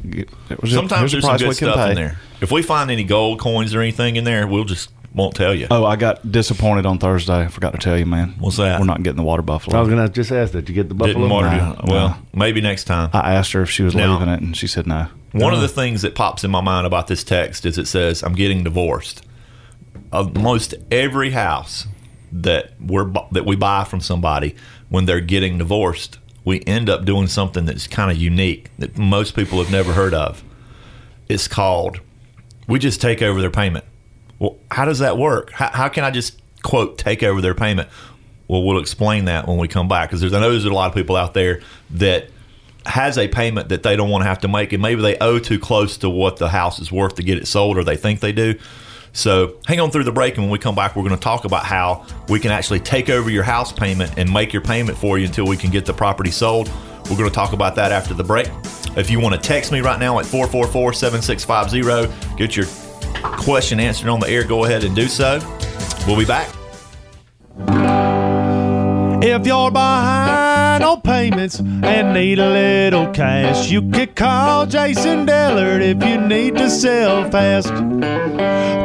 Speaker 2: Get- here's a-
Speaker 1: sometimes
Speaker 2: here's
Speaker 1: there's
Speaker 2: a
Speaker 1: some
Speaker 2: price
Speaker 1: good
Speaker 2: we can
Speaker 1: stuff in
Speaker 2: pay.
Speaker 1: there. If we find any gold coins or anything in there, we'll just won't tell you.
Speaker 2: Oh, I got disappointed on Thursday. I forgot to tell you, man.
Speaker 1: What's that?
Speaker 2: We're not getting the water buffalo.
Speaker 3: I was gonna just ask that you get the buffalo.
Speaker 1: Didn't want to
Speaker 2: Nah,
Speaker 1: do. Well, maybe next time.
Speaker 2: I asked her if she was
Speaker 1: No.
Speaker 2: leaving it, and she said Uh, no.
Speaker 1: One of the things that pops in my mind about this text is it says, "I'm getting divorced." Of most every house that we're bu- that we buy from somebody, when they're getting divorced, we end up doing something that's kind of unique that most people have never heard of. It's called we just take over their payment. Well, how does that work? How, how can I just quote take over their payment? Well, we'll explain that when we come back because there's I know there's a lot of people out there that has a payment that they don't want to have to make, and maybe they owe too close to what the house is worth to get it sold, or they think they do. So hang on through the break, and when we come back, we're going to talk about how we can actually take over your house payment and make your payment for you until we can get the property sold. We're going to talk about that after the break. If you want to text me right now at 444 7650, get your question answered on the air, go ahead and do so. We'll be back.
Speaker 4: If you're behind on payments and need a little cash, you could call Jason Dellard if you need to sell fast.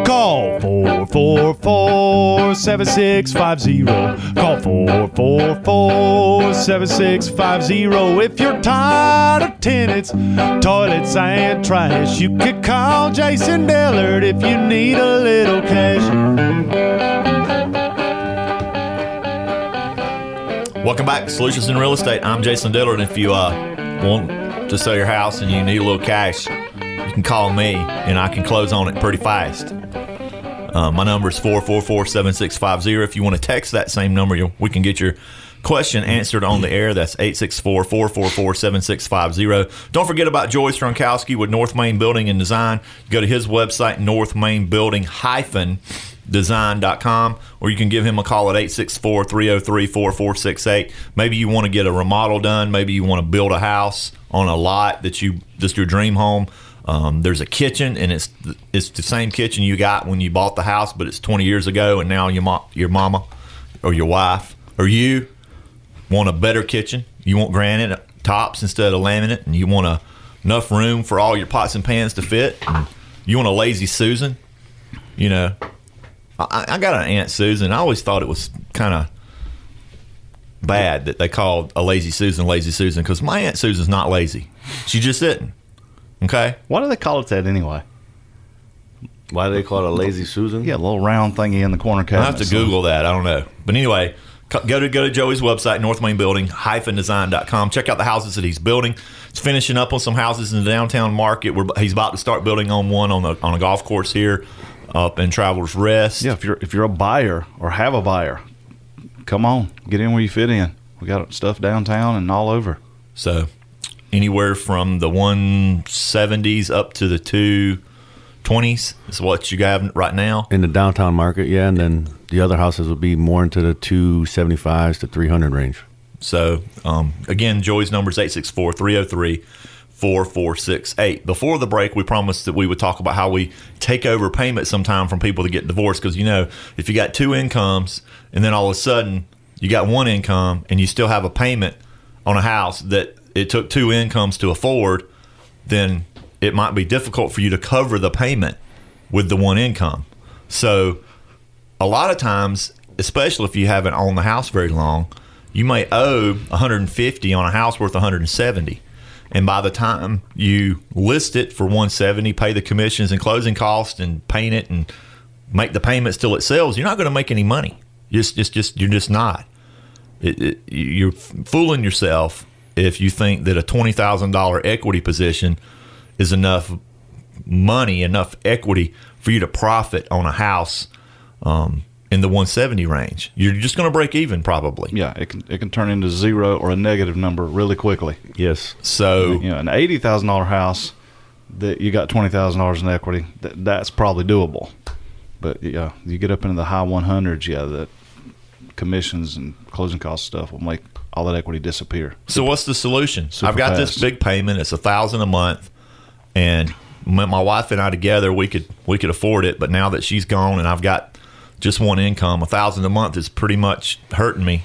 Speaker 4: Call 444 7650. Call 444 7650. If you're tired of tenants, toilets, and trash, you could call Jason Dellard if you need a little cash.
Speaker 1: Welcome back to Solutions in Real Estate. I'm Jason Diller, and if you uh, want to sell your house and you need a little cash, you can call me and I can close on it pretty fast. Uh, my number is 444 7650. If you want to text that same number, you- we can get your question answered on the air. That's 864 444 7650. Don't forget about Joy Stronkowski with North Main Building and Design. Go to his website, North Main Building hyphen design.com or you can give him a call at 864-303-4468 maybe you want to get a remodel done maybe you want to build a house on a lot that you just your dream home um, there's a kitchen and it's it's the same kitchen you got when you bought the house but it's 20 years ago and now your mom your mama or your wife or you want a better kitchen you want granite tops instead of laminate and you want a, enough room for all your pots and pans to fit and you want a lazy susan you know I, I got an aunt Susan. I always thought it was kind of bad that they called a lazy Susan lazy Susan because my aunt Susan's not lazy. She just isn't. Okay,
Speaker 2: Why do they call it that anyway?
Speaker 3: Why do they call it a lazy Susan?
Speaker 2: Yeah, a little round thingy in the corner
Speaker 1: I
Speaker 2: cabinet.
Speaker 1: have to Google that. I don't know, but anyway. co- Go to go to Joey's website, North Main Building hyphen design.com. Check out the houses that he's building. He's finishing up on some houses in the downtown market. We're, he's about to start building on one on a, on a golf course here up in Travelers Rest.
Speaker 2: Yeah, if you're if you're a buyer or have a buyer, come on, get in where you fit in. We got stuff downtown and all over.
Speaker 1: So anywhere from the 170s up to the 220s is what you got right now.
Speaker 3: In the downtown market, yeah, and then the other houses would be more into the two seventy fives to three hundred range.
Speaker 1: So um, again, Joy's number is 864 303 4468. Before the break, we promised that we would talk about how we take over payment sometime from people that get divorced. Because, you know, if you got two incomes and then all of a sudden you got one income and you still have a payment on a house that it took two incomes to afford, then it might be difficult for you to cover the payment with the one income. So, a lot of times, especially if you haven't owned the house very long, you may owe 150 on a house worth 170. And by the time you list it for 170, pay the commissions and closing costs and paint it and make the payments till it sells, you're not going to make any money. Just, just, just, you're just not. It, it, you're fooling yourself if you think that a $20,000 equity position is enough money, enough equity for you to profit on a house um, in the 170 range. You're just going to break even probably.
Speaker 2: Yeah, it can it can turn into zero or a negative number really quickly.
Speaker 3: Yes.
Speaker 1: So
Speaker 2: You know, an eighty thousand dollar house that you got twenty thousand dollars in equity, that, that's probably doable. But yeah, you get up into the high one hundreds, yeah, the commissions and closing cost stuff will make all that equity disappear.
Speaker 1: So what's the solution?
Speaker 2: Super
Speaker 1: I've got this
Speaker 2: fast.
Speaker 1: big payment. It's a thousand a month, and my my wife and I together we could we could afford it. But now that she's gone and I've got just one income, a thousand a month is pretty much hurting me.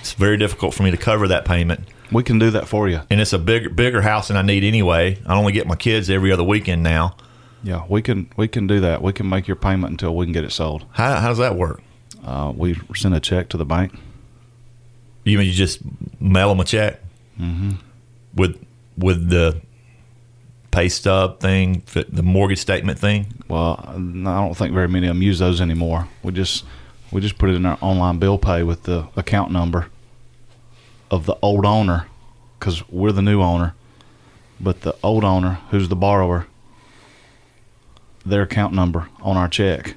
Speaker 1: It's very difficult for me to cover that payment,
Speaker 2: We can do that for you.
Speaker 1: and it's a bigger bigger house than I need anyway. I only get my kids every other weekend now.
Speaker 2: Yeah, we can we can do that. We can make your payment until we can get it sold.
Speaker 1: How, how does that work?
Speaker 2: Uh, we send a check to the bank.
Speaker 1: You mean you just mail them a check
Speaker 2: Mm-hmm.
Speaker 1: with with the pay stub thing, the mortgage statement thing?
Speaker 2: Well, no, I don't think very many of them use those anymore. We just we just put it in our online bill pay with the account number of the old owner because we're the new owner. But the old owner, who's the borrower, their account number on our check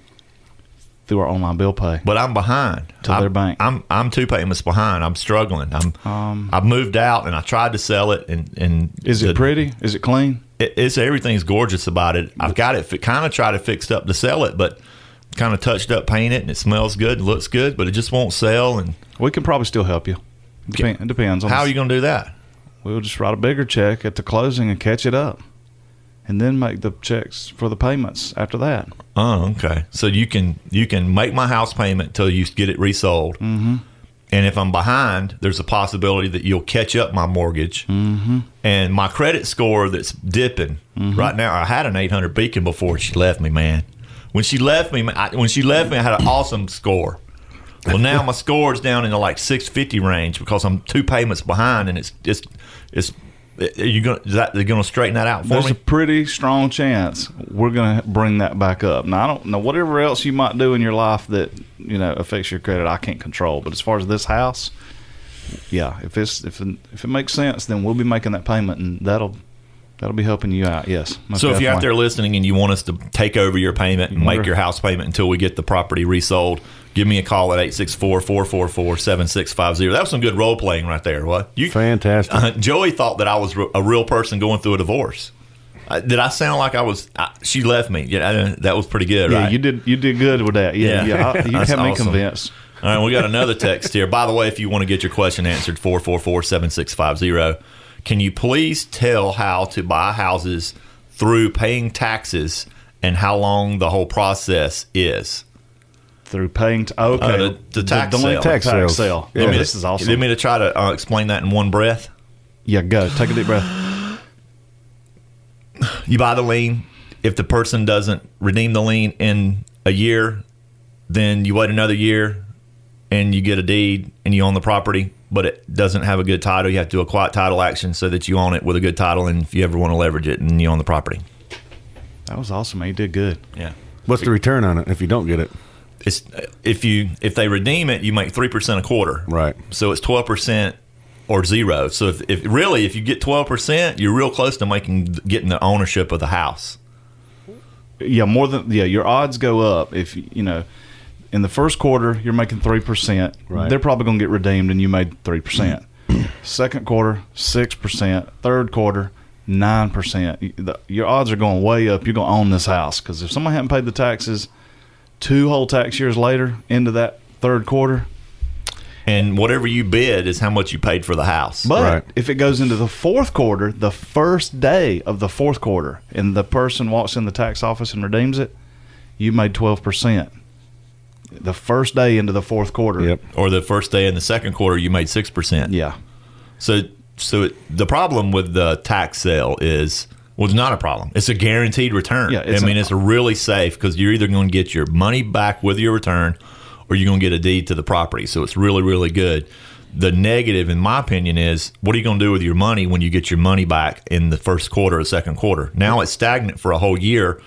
Speaker 2: through our online bill pay.
Speaker 1: but I'm behind
Speaker 2: To
Speaker 1: I'm,
Speaker 2: their bank. Um,
Speaker 1: I'm I'm two payments behind. I'm struggling. I'm I've moved out and I tried to sell it and and
Speaker 2: Is it
Speaker 1: the-
Speaker 2: pretty? Is it clean?
Speaker 1: it- it's everything's gorgeous about it. I've got it kind of tried to fixed up to sell it, but kind of touched up, painted, and it smells good, and looks good, but it just won't sell. And
Speaker 2: We can probably still help you. Depend, it depends on
Speaker 1: how
Speaker 2: the-
Speaker 1: are you going to do that?
Speaker 2: We'll just write a bigger check at the closing and catch it up, and then make the checks for the payments after that.
Speaker 1: Oh, okay. So you can you can make my house payment till you get it resold. Mm-hmm. And if I'm behind, there's a possibility that you'll catch up my mortgage mm-hmm. and my credit score that's dipping right now. I had an 800 Beacon before she left me, man. When she left me, man, I, when she left me, I had an awesome score. Well, now my score is down in the like 650 range because I'm two payments behind, and it's it's it's. Are you gonna is that, they're gonna straighten that out for
Speaker 2: There's
Speaker 1: me?
Speaker 2: a pretty strong chance we're going to bring that back up. Now I don't know whatever else you might do in your life that you know affects your credit. I can't control, but as far as this house, yeah, if it's if it- if it makes sense, then we'll be making that payment, and that'll That'll be helping you out. Yes. most
Speaker 1: So if you're out there
Speaker 2: definitely.
Speaker 1: listening and you want us to take over your payment and make your house payment until we get the property resold, give me a call at 864-444-7650. That was some good role playing right there. What? You
Speaker 3: Fantastic.
Speaker 1: Uh, Joey thought that I was re- a real person going through a divorce. Uh, did I sound like I was? I, she left me. Yeah, I, didn't- that was pretty good,
Speaker 2: yeah,
Speaker 1: right?
Speaker 2: you did. You did good with that. Yeah,
Speaker 1: Yeah.
Speaker 2: yeah. I- you
Speaker 1: That's
Speaker 2: kept me
Speaker 1: awesome.
Speaker 2: convinced.
Speaker 1: All right, we got another text here. By the way, if you want to get your question answered, 444 7650. Can you please tell how to buy houses through paying taxes and how long the whole process is?
Speaker 2: through paying. T- okay,
Speaker 1: Uh, the- the tax
Speaker 2: delinquent
Speaker 1: sale.
Speaker 2: tax
Speaker 3: Tax
Speaker 2: sale.
Speaker 3: sale.
Speaker 2: Yeah,
Speaker 1: You want me
Speaker 2: this
Speaker 1: to-
Speaker 2: is
Speaker 1: You want
Speaker 2: awesome.
Speaker 1: me to try to uh, explain that in one breath?
Speaker 2: Yeah, go take a deep breath.
Speaker 1: You buy the lien. If the person doesn't redeem the lien in a year, then you wait another year and you get a deed and you own the property, but it doesn't have a good title. You have to do a quiet title action so that you own it with a good title. And if you ever want to leverage it and you own the property,
Speaker 2: That was awesome. man. You did good.
Speaker 1: yeah.
Speaker 3: What's the return on it if you don't get it?
Speaker 1: It's, if you if they redeem it, you make three percent a quarter,
Speaker 3: Right.
Speaker 1: So it's twelve percent or zero. So if, if really if you get twelve percent, you're real close to making getting the ownership of the house.
Speaker 2: Yeah, more than yeah. Your odds go up if you know. In the first quarter, you're making three percent.
Speaker 3: Right.
Speaker 2: They're probably going to get redeemed, and you made three percent. Second quarter, six percent. Third quarter, nine percent. Your odds are going way up. You're going to own this house because if someone hadn't paid the taxes two whole tax years later into that third quarter,
Speaker 1: And whatever you bid is how much you paid for the house.
Speaker 2: But
Speaker 3: Right.
Speaker 2: if it goes into the fourth quarter, the first day of the fourth quarter, and the person walks in the tax office and redeems it, you made twelve percent. The first day into the fourth quarter.
Speaker 3: Yep.
Speaker 1: or the first day in the second quarter you made 6%.
Speaker 2: Yeah.
Speaker 1: So so it, the problem with the tax sale is well, it's not a problem. It's a guaranteed return.
Speaker 2: Yeah, it's
Speaker 1: I mean,
Speaker 2: a-
Speaker 1: it's really safe because you're either going to get your money back with your return or you're going to get a deed to the property. So it's really, really good. The negative, in my opinion, is what are you going to do with your money when you get your money back in the first quarter or second quarter? Now it's stagnant for a whole year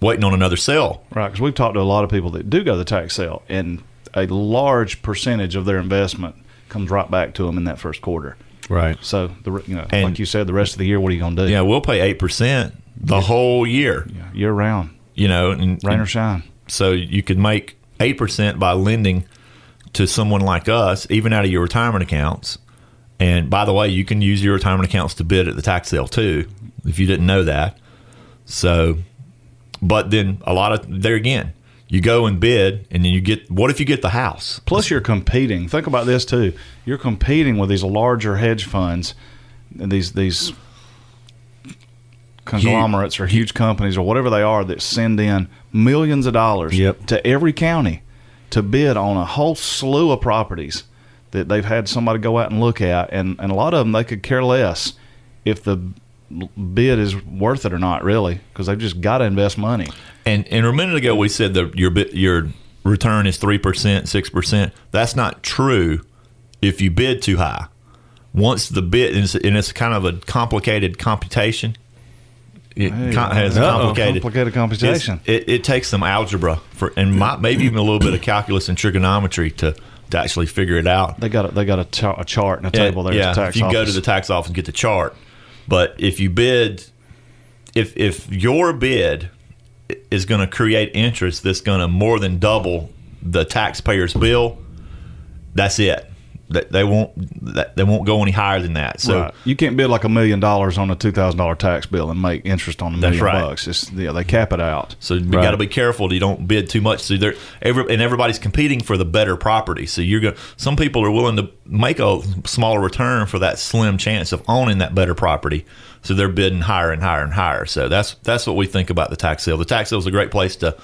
Speaker 1: waiting on another sale.
Speaker 2: Right. Because we've talked to a lot of people that do go to the tax sale, and a large percentage of their investment comes right back to them in that first quarter.
Speaker 3: Right.
Speaker 2: So the re- you know,
Speaker 1: And-
Speaker 2: like you said, the rest of the year, what are you going to do?
Speaker 1: Yeah, we'll pay 8% the whole year,
Speaker 2: Yeah, Year round,
Speaker 1: you know, and,
Speaker 2: rain or shine.
Speaker 1: So you could make 8% by lending to someone like us, even out of your retirement accounts. And by the way, you can use your retirement accounts to bid at the tax sale too, if you didn't know that. So, but then a lot of, there again, you go and bid and then you get, what if you get the house?
Speaker 2: Plus, you're competing. Think about this too. You're competing with these larger hedge funds and these these conglomerates or huge companies or whatever they are that send in millions of dollars
Speaker 3: Yep.
Speaker 2: to every county to bid on a whole slew of properties that they've had somebody go out and look at, and and a lot of them they could care less if the bid is worth it or not really because they've just got to invest money
Speaker 1: And and a minute ago we said that your bit your return is three percent, six percent. That's not true. If you bid too high, once the bid and it's, and it's kind of a complicated computation. It com- has a
Speaker 2: Uh-oh.
Speaker 1: complicated,
Speaker 2: Complicated computation.
Speaker 1: It's- It, it takes some algebra for and might, maybe even a little bit of calculus and trigonometry to to actually figure it out.
Speaker 2: they got a, they got a, cha- a chart and a table there at the tax
Speaker 1: If you go to
Speaker 2: office.
Speaker 1: the tax office and get the chart, but if you bid, if if your bid i- is going to create interest that's going to more than double the taxpayer's bill, that's it. That they won't that they won't go any higher than that. So.
Speaker 2: Right. you can't bid like a million dollars on a two thousand dollar tax bill and make interest on a million
Speaker 1: right.
Speaker 2: bucks. It's yeah, they cap it out.
Speaker 1: So you got to be careful. that You don't bid too much. So there, every, and everybody's competing for the better property. So you're going. Some people are willing to make a smaller return for that slim chance of owning that better property. So they're bidding higher and higher and higher. So that's that's what we think about the tax sale. The tax sale is a great place to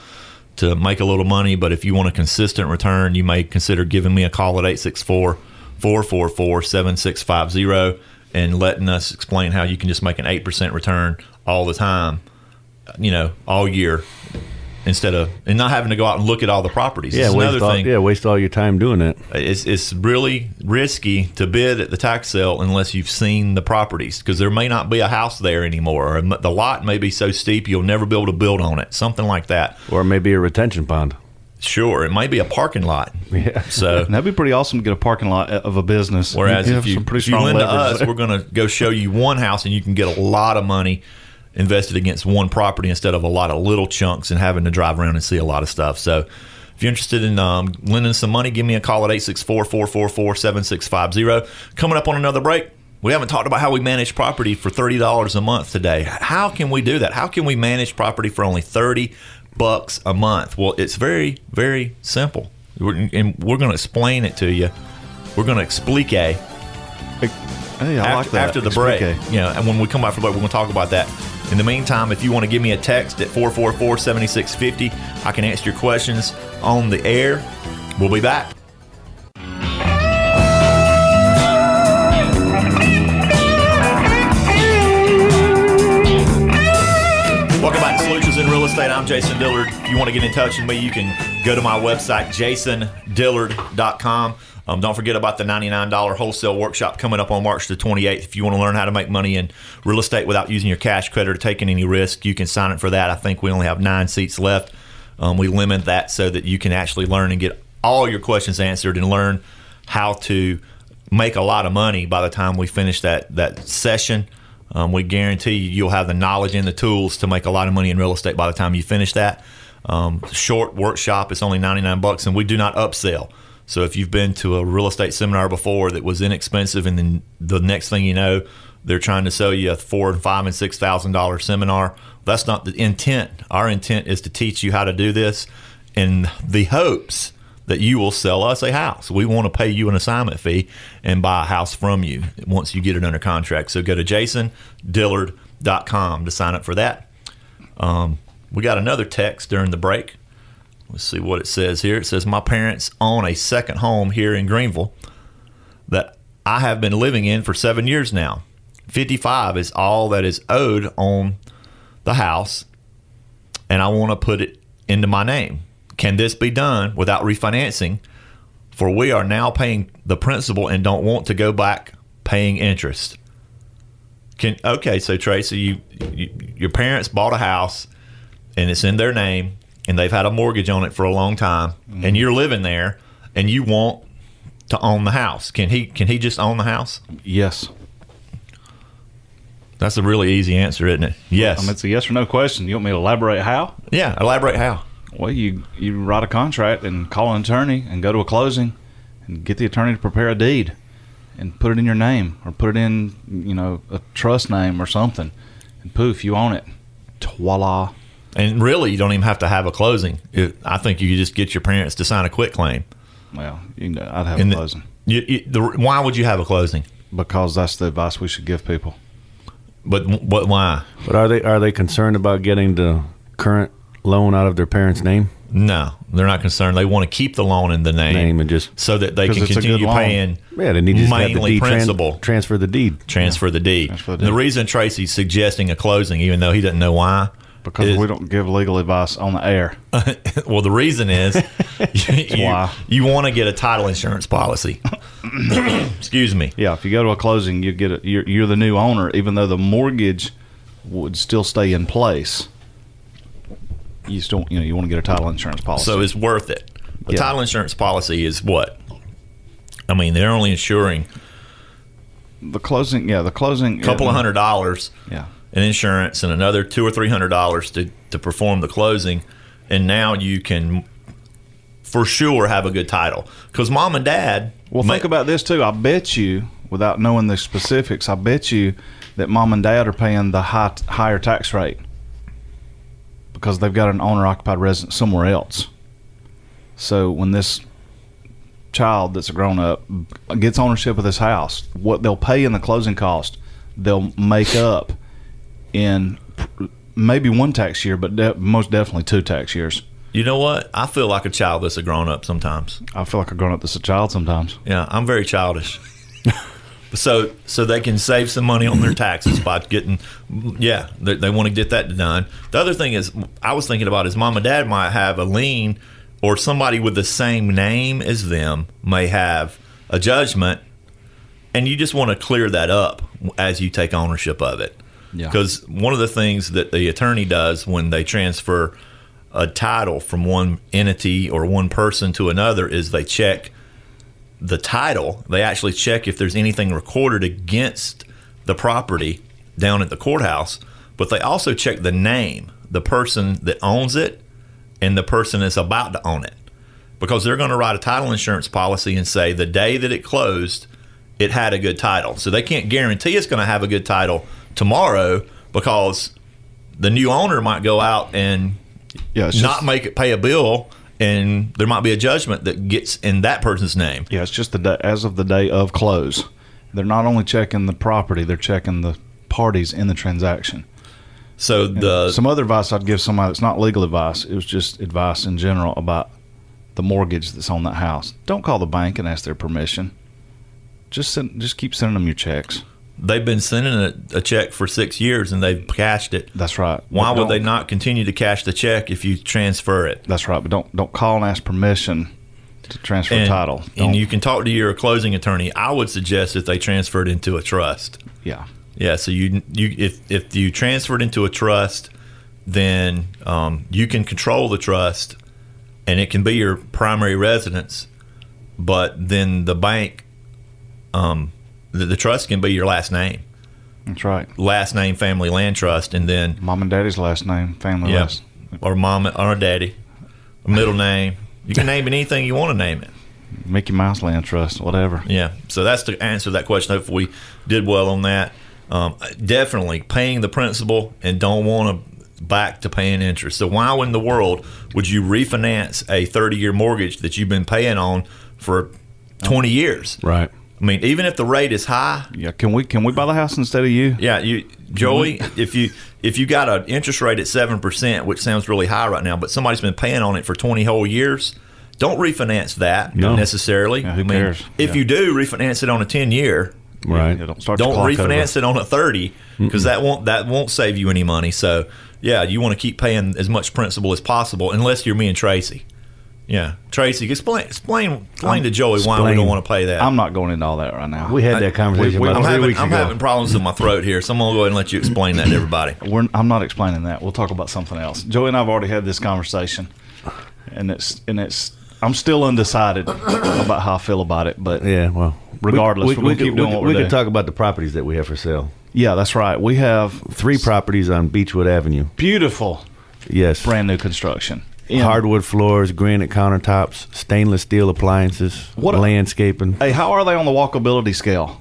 Speaker 1: to make a little money, but if you want a consistent return, you may consider giving me a call at 864 444 7650 and letting us explain how you can just make an 8% return all the time, you know, all year instead of, and not having to go out and look at all the properties.
Speaker 3: Yeah.
Speaker 1: It's
Speaker 3: Waste
Speaker 1: another
Speaker 3: all,
Speaker 1: thing.
Speaker 3: Yeah. Waste all your time doing that.
Speaker 1: It's, it's really risky to bid at the tax sale unless you've seen the properties because there may not be a house there anymore or the lot may be so steep you'll never be able to build on it, something like that.
Speaker 3: Or maybe a retention pond.
Speaker 1: Sure, it might be a parking lot.
Speaker 3: Yeah.
Speaker 1: So
Speaker 2: And that'd be pretty awesome to get a parking lot uh, of a business.
Speaker 1: Whereas
Speaker 2: You'd
Speaker 1: if
Speaker 2: have
Speaker 1: you,
Speaker 2: some pretty
Speaker 1: if you
Speaker 2: strong
Speaker 1: lend to
Speaker 2: leverage
Speaker 1: us,
Speaker 2: there.
Speaker 1: we're going to go show you one house, and you can get a lot of money invested against one property instead of a lot of little chunks and having to drive around and see a lot of stuff. So if you're interested in um, lending some money, give me a call at 864-444-7650. Coming up on another break. We haven't talked about how we manage property for $30 a month today. How can we do that? How can we manage property for only 30 bucks a month? Well, it's very, very simple. We're, and we're going to explain it to you. We're going to explique
Speaker 2: Hey, I
Speaker 1: after,
Speaker 2: like that.
Speaker 1: after the
Speaker 2: It's
Speaker 1: break.
Speaker 2: okay.
Speaker 1: You know, and when we come back from break, we're going to talk about that. In the meantime, if you want to give me a text at 444 7650, I can answer your questions on the air. We'll be back. Welcome back to Solutions in Real Estate. I'm Jason Dillard. If you want to get in touch with me, you can go to my website, jasondillard.com. Um, don't forget about the $99 wholesale workshop coming up on March the 28th. If you want to learn how to make money in real estate without using your cash credit or taking any risk, you can sign up for that. I think we only have nine seats left. Um, we limit that so that you can actually learn and get all your questions answered and learn how to make a lot of money by the time we finish that, that session. Um, we guarantee you, you'll have the knowledge and the tools to make a lot of money in real estate by the time you finish that. Um, short workshop, it's only 99 bucks, and we do not upsell. So if you've been to a real estate seminar before that was inexpensive, and then the next thing you know, they're trying to sell you a four and five and six thousand dollar seminar. That's not the intent. Our intent is to teach you how to do this in the hopes that you will sell us a house. We want to pay you an assignment fee and buy a house from you once you get it under contract. So go to jasondillard.com to sign up for that. Um, we got another text during the break. Let's see what it says here. It says, My parents own a second home here in Greenville that I have been living in for seven years now. 55 is all that is owed on the house, and I want to put it into my name. Can this be done without refinancing? For we are now paying the principal and don't want to go back paying interest. Can okay, so Tracy, you, you your parents bought a house and it's in their name and they've had a mortgage on it for a long time
Speaker 2: Mm-hmm.
Speaker 1: and you're living there and you want to own the house. Can he can he just own the house?
Speaker 2: Yes.
Speaker 1: That's a really easy answer, isn't it? Yes.
Speaker 2: I mean, it's a yes or no question. You want me to elaborate how?
Speaker 1: yeah, elaborate how.
Speaker 2: Well, you you write a contract and call an attorney and go to a closing and get the attorney to prepare a deed and put it in your name or put it in you know a trust name or something and poof you own it. Voila.
Speaker 1: And really, you don't even have to have a closing. It, I think you could just get your parents to sign a quit claim.
Speaker 2: Well, you know, I'd have
Speaker 1: And
Speaker 2: a
Speaker 1: the-
Speaker 2: closing
Speaker 1: You, you, the, why would you have a closing?
Speaker 2: because that's the advice we should give people.
Speaker 1: But what? Why?
Speaker 3: But are they are they concerned about getting the current loan out of their parents' name?
Speaker 1: No, they're not concerned. They want to keep the loan in the name,
Speaker 3: Name and just
Speaker 1: so that they
Speaker 2: 'Cause
Speaker 1: can
Speaker 2: it's a good
Speaker 1: continue
Speaker 2: loan.
Speaker 1: paying.
Speaker 3: yeah, they need to just have the
Speaker 1: mainly
Speaker 3: deed tran-
Speaker 1: principal.
Speaker 3: transfer the deed.
Speaker 1: transfer the deed.
Speaker 2: Transfer the
Speaker 1: The
Speaker 2: deed.
Speaker 1: reason Tracy's suggesting a closing, even though he doesn't know why,
Speaker 2: Because
Speaker 1: is-
Speaker 2: we don't give legal advice on the air.
Speaker 1: well, the reason is you,
Speaker 2: Why?
Speaker 1: you want to get a title insurance policy. Excuse me.
Speaker 2: Yeah, if you go to a closing, you get a, you're, you're the new owner, even though the mortgage would still stay in place. You just don't, you know, you want to get a title insurance policy.
Speaker 1: So it's worth it. The
Speaker 2: Yeah.
Speaker 1: title insurance policy is what? I mean, they're only insuring
Speaker 2: the closing, yeah, the closing, uh,
Speaker 1: a couple of hundred dollars
Speaker 2: yeah,
Speaker 1: in insurance and another two or three hundred dollars to, to perform the closing. And now you can for sure have a good title because mom and dad.
Speaker 2: Well,
Speaker 1: ma-
Speaker 2: think about this too. I bet you, without knowing the specifics, I bet you that mom and dad are paying the high, higher tax rate because they've got an owner occupied resident somewhere else. So when this child that's a grown up gets ownership of this house, what they'll pay in the closing cost, they'll make up in pr- maybe one tax year, but de- most definitely two tax years.
Speaker 1: You know what? I feel like a child that's a grown up sometimes.
Speaker 2: I feel like a grown up that's a child sometimes.
Speaker 1: Yeah, I'm very childish. so so they can save some money on their taxes by getting yeah they, they want to get that done the other thing is i was thinking about is mom and dad might have a lien or somebody with the same name as them may have a judgment and you just want to clear that up as you take ownership of it
Speaker 2: Yeah.
Speaker 1: because one of the things that the attorney does when they transfer a title from one entity or one person to another is they check the title. They actually check if there's anything recorded against the property down at the courthouse, but they also check the name, the person that owns it, and the person that's about to own it. Because they're going to write a title insurance policy and say the day that it closed, it had a good title. So they can't guarantee it's going to have a good title tomorrow because the new owner might go out and
Speaker 2: Yeah, it's
Speaker 1: not
Speaker 2: just-
Speaker 1: make it pay a bill and there might be a judgment that gets in that person's name.
Speaker 2: Yeah, it's just the day, as of the day of close. They're not only checking the property, they're checking the parties in the transaction.
Speaker 1: So the
Speaker 2: Some other advice I'd give somebody that's not legal advice, it was just advice in general about the mortgage that's on that house. Don't call the bank and ask their permission. Just send, just keep sending them your checks.
Speaker 1: they've been sending a, a check for six years and they've cashed it.
Speaker 2: That's right.
Speaker 1: Why
Speaker 2: But
Speaker 1: would they
Speaker 2: don't-
Speaker 1: not continue to cash the check if you transfer it?
Speaker 2: That's right. But don't don't call and ask permission to transfer
Speaker 1: And,
Speaker 2: title. Don't-
Speaker 1: and you can talk to your closing attorney. I would suggest that they transfer it into a trust.
Speaker 2: yeah.
Speaker 1: Yeah, so you you if if you transfer it into a trust, then um, you can control the trust, and it can be your primary residence. But then the bank, um, the, the trust can be your last name,
Speaker 2: That's right.
Speaker 1: last name family land trust, and then
Speaker 2: Mom and daddy's last name, family
Speaker 1: yeah,
Speaker 2: last.
Speaker 1: or mom or daddy, middle name. You can name it anything you want to name it.
Speaker 2: Mickey Mouse Land Trust, whatever.
Speaker 1: Yeah. So that's the answer to that question. Hopefully, we did well on that. Um, definitely paying the principal and don't want to back to paying interest. So why in the world would you refinance a 30-year mortgage that you've been paying on for 20 years?
Speaker 3: Right.
Speaker 1: I mean, even if the rate is high,
Speaker 2: Yeah, can we can we buy the house instead of you?
Speaker 1: yeah, you Joey,
Speaker 2: Mm-hmm.
Speaker 1: if you if you got an interest rate at seven percent, which sounds really high right now, but somebody's been paying on it for twenty whole years, don't refinance that
Speaker 3: No.
Speaker 1: necessarily.
Speaker 2: Yeah, who
Speaker 1: I mean,
Speaker 2: cares?
Speaker 1: if
Speaker 2: Yeah.
Speaker 1: you do refinance it on a ten year,
Speaker 3: Right.
Speaker 2: Yeah, don't start. the
Speaker 1: don't
Speaker 2: clock
Speaker 1: refinance it on a 30 because that won't that won't save you any money so yeah you want to keep paying as much principal as possible unless you're me and tracy yeah tracy explain explain explain to joey why we
Speaker 3: explain.
Speaker 1: don't want to pay that
Speaker 2: over. I'm not going into all that right now.
Speaker 3: We had that conversation
Speaker 2: we-
Speaker 3: about
Speaker 1: I'm
Speaker 3: three
Speaker 1: having,
Speaker 3: weeks
Speaker 1: I'm
Speaker 3: ago.
Speaker 1: having problems with my throat here so i'm going to go ahead and let you explain that to everybody
Speaker 2: We're, I'm not explaining that. We'll talk about something else. Joey and I've already had this conversation, and it's and it's. I'm still undecided about how I feel about it, but
Speaker 3: yeah. Well,
Speaker 2: Regardless,
Speaker 3: we,
Speaker 2: we're gonna
Speaker 3: we, could-
Speaker 2: keep
Speaker 3: we
Speaker 2: doing
Speaker 3: could-
Speaker 2: what we're
Speaker 3: we could
Speaker 2: doing.
Speaker 3: talk about the properties that we have for sale.
Speaker 2: yeah, that's right. We have
Speaker 3: Three properties on Beechwood Avenue.
Speaker 2: beautiful
Speaker 3: Yes.
Speaker 2: brand new construction. In-
Speaker 3: Hardwood floors, granite countertops, stainless steel appliances,
Speaker 2: What a-
Speaker 3: landscaping,
Speaker 2: Hey, how are they on the walkability scale?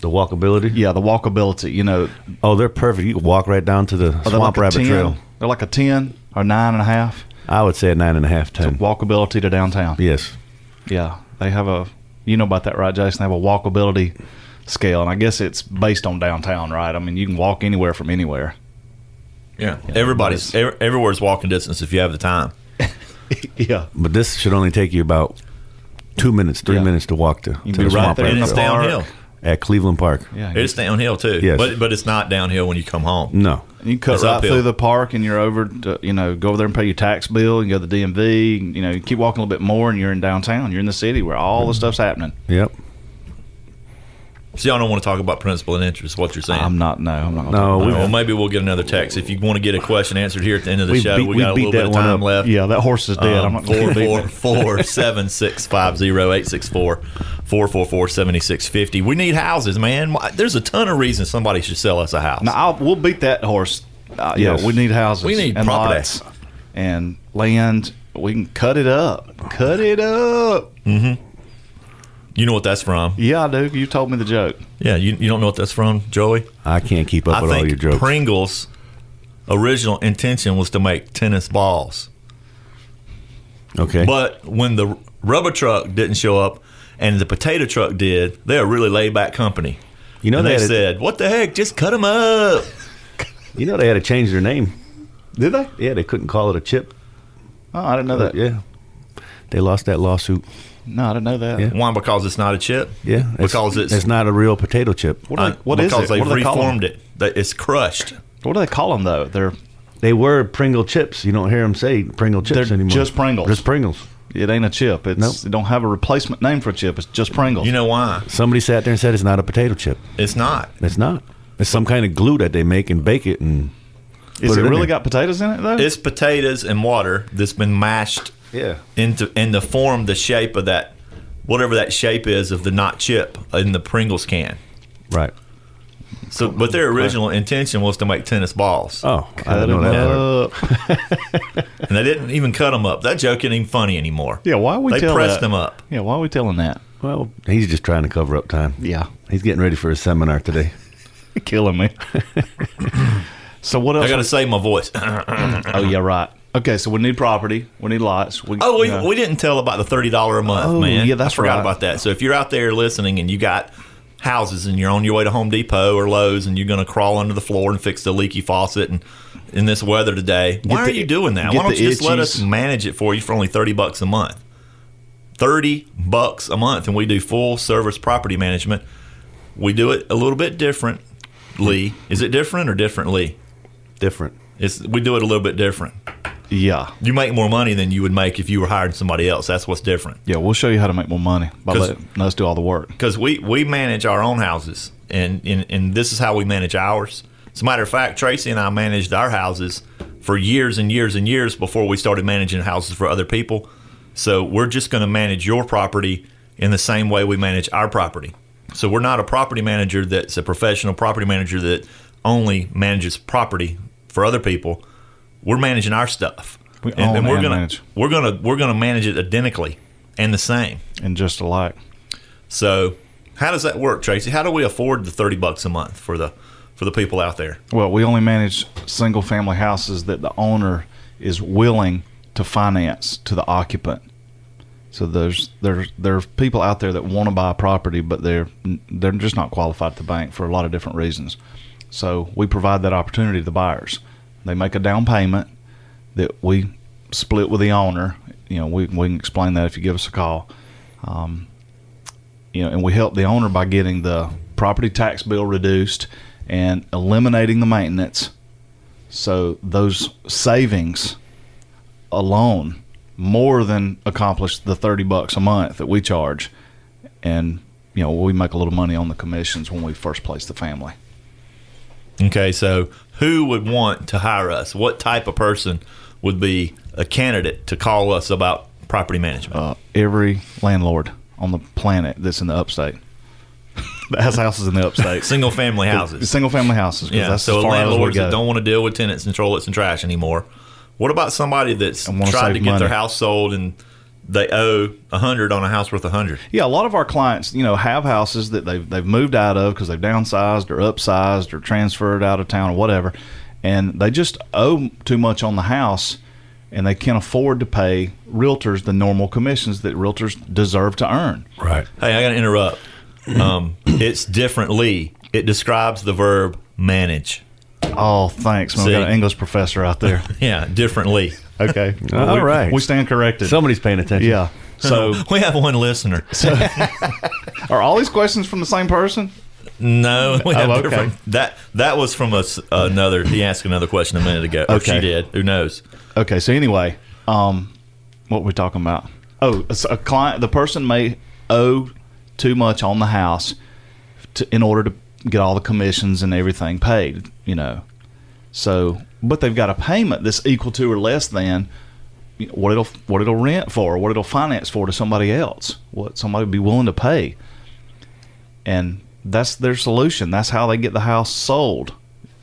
Speaker 3: the walkability.
Speaker 2: Yeah, the walkability. You know,
Speaker 3: Oh, they're perfect. You can walk right down to the
Speaker 2: are they like
Speaker 3: Swamp
Speaker 2: a
Speaker 3: Rabbit
Speaker 2: 10?
Speaker 3: Trail.
Speaker 2: They're like a ten or nine and a half.
Speaker 3: I would say a nine and a half ten.
Speaker 2: Walkability to downtown.
Speaker 3: Yes.
Speaker 2: Yeah, they have a. You know about that, right, Jason? They have a walkability scale, and I guess it's based on downtown, right? I mean, you can walk anywhere from anywhere.
Speaker 1: yeah everybody's ev- everywhere's walking distance if you have the time
Speaker 2: yeah,
Speaker 3: But this should only take you about two minutes, three
Speaker 2: Yeah.
Speaker 3: minutes to walk to, to
Speaker 2: be
Speaker 3: the
Speaker 2: right
Speaker 3: Swamp
Speaker 2: there in
Speaker 1: and
Speaker 3: Rabbit
Speaker 2: the
Speaker 1: it's
Speaker 3: Trail.
Speaker 2: park.
Speaker 1: downhill
Speaker 3: At Cleveland Park.
Speaker 2: yeah.
Speaker 1: it's downhill too
Speaker 3: Yes.
Speaker 1: but, but it's not downhill when you come home
Speaker 3: No.
Speaker 2: you can cut
Speaker 1: it's
Speaker 2: right
Speaker 1: uphill.
Speaker 2: through the park, and you're over. To, you know, go over there and pay your tax bill, and go to the DMV. And, you know, you keep walking a little bit more, and you're in downtown. You're in the city where all the stuff's happening.
Speaker 3: Yep.
Speaker 1: so y'all don't want to talk about principal and interest what you're saying
Speaker 2: I'm not. No, I'm not. gonna
Speaker 3: No,
Speaker 2: talk about
Speaker 3: we-
Speaker 1: well, maybe we'll get another text if you want to get a question answered here at the end of the
Speaker 3: We
Speaker 1: show.
Speaker 3: beat-
Speaker 1: we
Speaker 3: we
Speaker 1: got a
Speaker 3: beat
Speaker 1: little bit
Speaker 3: that
Speaker 1: of
Speaker 3: one
Speaker 1: time
Speaker 3: up.
Speaker 1: left. Um,
Speaker 2: that. yeah, that horse is dead. I'm not going to beat that.
Speaker 1: 444-7650. We need houses, man. Why- There's a ton of reasons somebody should sell us a house.
Speaker 2: Now, I'll, we'll beat that horse. Uh,
Speaker 3: Yes.
Speaker 2: Yeah, we need houses.
Speaker 1: We need
Speaker 2: and
Speaker 1: property.
Speaker 2: lots and land. We can cut it up. Cut it up.
Speaker 1: You know what that's from?
Speaker 2: Yeah, I do. You told me the joke.
Speaker 1: Yeah, you, you don't know what that's from, Joey?
Speaker 3: I can't keep up
Speaker 1: I
Speaker 3: with all your
Speaker 1: think
Speaker 3: jokes.
Speaker 1: Pringles' original intention was to make tennis balls.
Speaker 3: okay.
Speaker 1: But when the rubber truck didn't show up and the potato truck did, they're a really laid-back company.
Speaker 3: you know
Speaker 1: And
Speaker 3: they,
Speaker 1: they
Speaker 3: had to-
Speaker 1: said, what the heck? Just cut them up.
Speaker 3: you know they had to change their name.
Speaker 2: Did they?
Speaker 3: Yeah, they couldn't call it a chip.
Speaker 2: Oh, I didn't know that.
Speaker 3: yeah. They lost that lawsuit.
Speaker 2: No, I didn't know that.
Speaker 3: Yeah.
Speaker 1: Why? Because it's not a chip.
Speaker 3: Yeah. it's-
Speaker 1: Because it's,
Speaker 3: it's not a real potato chip.
Speaker 2: What, are
Speaker 1: uh,
Speaker 2: they, what is
Speaker 1: because
Speaker 2: it?
Speaker 1: they've
Speaker 2: What do, they call them?
Speaker 1: reformed it. That It's crushed.
Speaker 2: what do they call them though? They're
Speaker 3: They were Pringle chips. You don't hear them say Pringle chips
Speaker 2: They're
Speaker 3: anymore.
Speaker 2: just Pringles.
Speaker 3: Just Pringles.
Speaker 2: it ain't a chip. It's
Speaker 3: Nope.
Speaker 2: it don't have a replacement name for a chip. It's just Pringles.
Speaker 1: You know why?
Speaker 3: Somebody sat there and said it's not a potato chip.
Speaker 1: It's not.
Speaker 3: It's not. It's some kind of glue that they make and bake it and
Speaker 2: Is
Speaker 3: put
Speaker 2: it,
Speaker 3: in
Speaker 2: really
Speaker 3: there.
Speaker 2: got potatoes in it though?
Speaker 1: It's potatoes and water that's been mashed
Speaker 2: yeah.
Speaker 1: into in the form, the shape of that, whatever that shape is of the not chip in the Pringles can.
Speaker 3: right?
Speaker 1: So, but their original intention was to make tennis balls,
Speaker 3: Oh, I
Speaker 2: Cut
Speaker 3: didn't know
Speaker 2: it
Speaker 3: that.
Speaker 2: up.
Speaker 1: and they didn't even cut them up. That joke ain't even funny anymore.
Speaker 2: Yeah, why we
Speaker 1: they
Speaker 2: tell
Speaker 1: pressed
Speaker 2: that?
Speaker 1: them up?
Speaker 2: Yeah, why are we telling that?
Speaker 3: Well, he's just trying to cover up time.
Speaker 2: Yeah.
Speaker 3: He's getting ready for his seminar today.
Speaker 2: Killing me. so what else?
Speaker 1: I got to save my voice.
Speaker 2: oh yeah, right. Okay, so we need property. We need lots. We,
Speaker 1: Oh, we,
Speaker 2: yeah.
Speaker 1: we didn't tell about the thirty dollar a month,
Speaker 2: Oh,
Speaker 1: man.
Speaker 2: yeah, that's
Speaker 1: I forgot
Speaker 2: right.
Speaker 1: about that. So if you're out there listening and you got houses and you're on your way to Home Depot or Lowe's and you're going to crawl under the floor and fix the leaky faucet and in this weather today, why
Speaker 2: the-
Speaker 1: are you doing that?
Speaker 2: get
Speaker 1: Why don't
Speaker 2: the
Speaker 1: you just let us
Speaker 2: itchies.
Speaker 1: manage it for you for only thirty bucks a month? Thirty bucks a month, and we do full service property management. We do it a little bit differently. Is it different or differently?
Speaker 3: Different.
Speaker 1: It's we do it a little bit different.
Speaker 2: yeah,
Speaker 1: You make more money than you would make if you were hiring somebody else. That's what's different.
Speaker 2: yeah. We'll show you how to make more money by
Speaker 1: 'Cause-
Speaker 2: letting us do all the work.
Speaker 1: because we, we manage our own houses and, and, and this is how we manage ours as a matter of fact tracy and i managed our houses for years and years and years before we started managing houses for other people so we're just going to manage your property in the same way we manage our property so we're not a property manager that's a professional property manager that only manages property for other people we're managing our stuff
Speaker 2: We own
Speaker 1: we're
Speaker 2: and
Speaker 1: gonna
Speaker 2: manage.
Speaker 1: we're gonna we're gonna manage it identically and the same
Speaker 2: And just alike.
Speaker 1: so, how does that work, Tracy? How do we afford the thirty bucks a month for the for the people out there?
Speaker 2: Well, we only manage single family houses that the owner is willing to finance to the occupant. So there's there's there's people out there that want to buy property, but they're they're just not qualified at the bank for a lot of different reasons. So we provide that opportunity to the buyers. They make a down payment that we split with the owner. You know, we we can explain that if you give us a call. Um, you know, and we help the owner by getting the property tax bill reduced and eliminating the maintenance. So those savings alone more than accomplish the 30 bucks a month that we charge and you know, we make a little money on the commissions when we first place the family.
Speaker 1: Okay, so who would want to hire us? What type of person would be a candidate to call us about property management?
Speaker 2: Uh, every landlord on the planet that's in the upstate that has houses in the upstate.
Speaker 1: Single family houses.
Speaker 2: Single family houses. 'cause
Speaker 1: Yeah,
Speaker 2: that's
Speaker 1: so
Speaker 2: as far as we
Speaker 1: landlords that
Speaker 2: go.
Speaker 1: don't want to deal with tenants and toilets and trash anymore. What about somebody that's
Speaker 2: And wanna
Speaker 1: tried
Speaker 2: save
Speaker 1: to get their
Speaker 2: money.
Speaker 1: house sold and they owe a hundred on a house worth a hundred?
Speaker 2: Yeah, a lot of our clients, you know, have houses that they've they've moved out of because they've downsized or upsized or transferred out of town or whatever, and they just owe too much on the house, and they can't afford to pay realtors the normal commissions that realtors deserve to earn.
Speaker 3: Right.
Speaker 1: Hey, I got to interrupt. Um, it's differently. It describes the verb manage.
Speaker 2: Oh, thanks, man. We
Speaker 1: See?
Speaker 2: got an English professor out there.
Speaker 1: Yeah, differently.
Speaker 2: Okay,
Speaker 3: All
Speaker 2: we,
Speaker 3: right.
Speaker 2: we stand corrected.
Speaker 3: Somebody's paying attention.
Speaker 2: yeah. So,
Speaker 1: we have one listener.
Speaker 2: are all these questions from the same person?
Speaker 1: No, we have
Speaker 2: Oh, okay.
Speaker 1: different. That that was from us another. He asked another question a minute ago. Or she
Speaker 2: Okay.
Speaker 1: did. Who knows?
Speaker 2: Okay, so anyway, um, what were we talking about? Oh, it's a client, the person may owe too much on the house to, in order to get all the commissions and everything paid, you know. So, but they've got a payment that's equal to or less than you know, what it'll what it'll rent for, or what it'll finance for to somebody else, what somebody would be willing to pay, and that's their solution. That's how they get the house sold.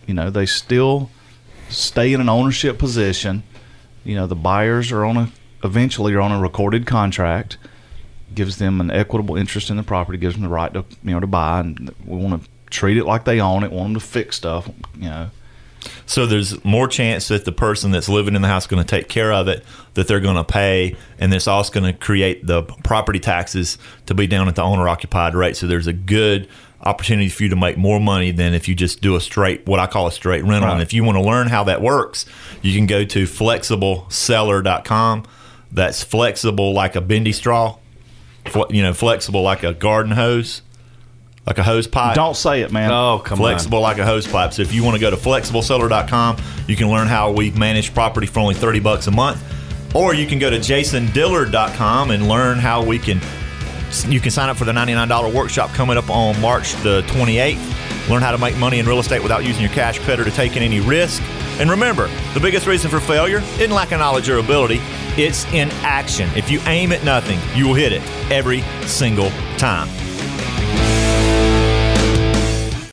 Speaker 2: You know, they still stay in an ownership position. You know, the buyers are on a eventually are on a recorded contract, gives them an equitable interest in the property, gives them the right to you know to buy, and we want to treat it like they own it, want them to fix stuff. You know,
Speaker 1: So there's more chance that the person that's living in the house going to take care of it, that they're going to pay, and it's also going to create the property taxes to be down at the owner occupied rate. So there's a good opportunity for you to make more money than if you just do a straight, what I call a straight rental. And
Speaker 2: Right.
Speaker 1: if you want to learn how that works, you can go to flexibleseller.com. That's flexible like a bendy straw, fle- you know, flexible like a garden hose, like a hose pipe
Speaker 2: don't say it, man.
Speaker 3: Oh, come
Speaker 1: flexible like a hose pipe. So if you want to go to flexibleseller.com, you can learn how we manage property for only 30 bucks a month. Or you can go to jasondillard.com and learn how we can you can sign up for the $99 workshop coming up on March the 28th. Learn how to make money in real estate without using your cash credit or taking any risk. And remember, the biggest reason for failure isn't lack of knowledge or ability, it's in action. If you aim at nothing, you will hit it every single time.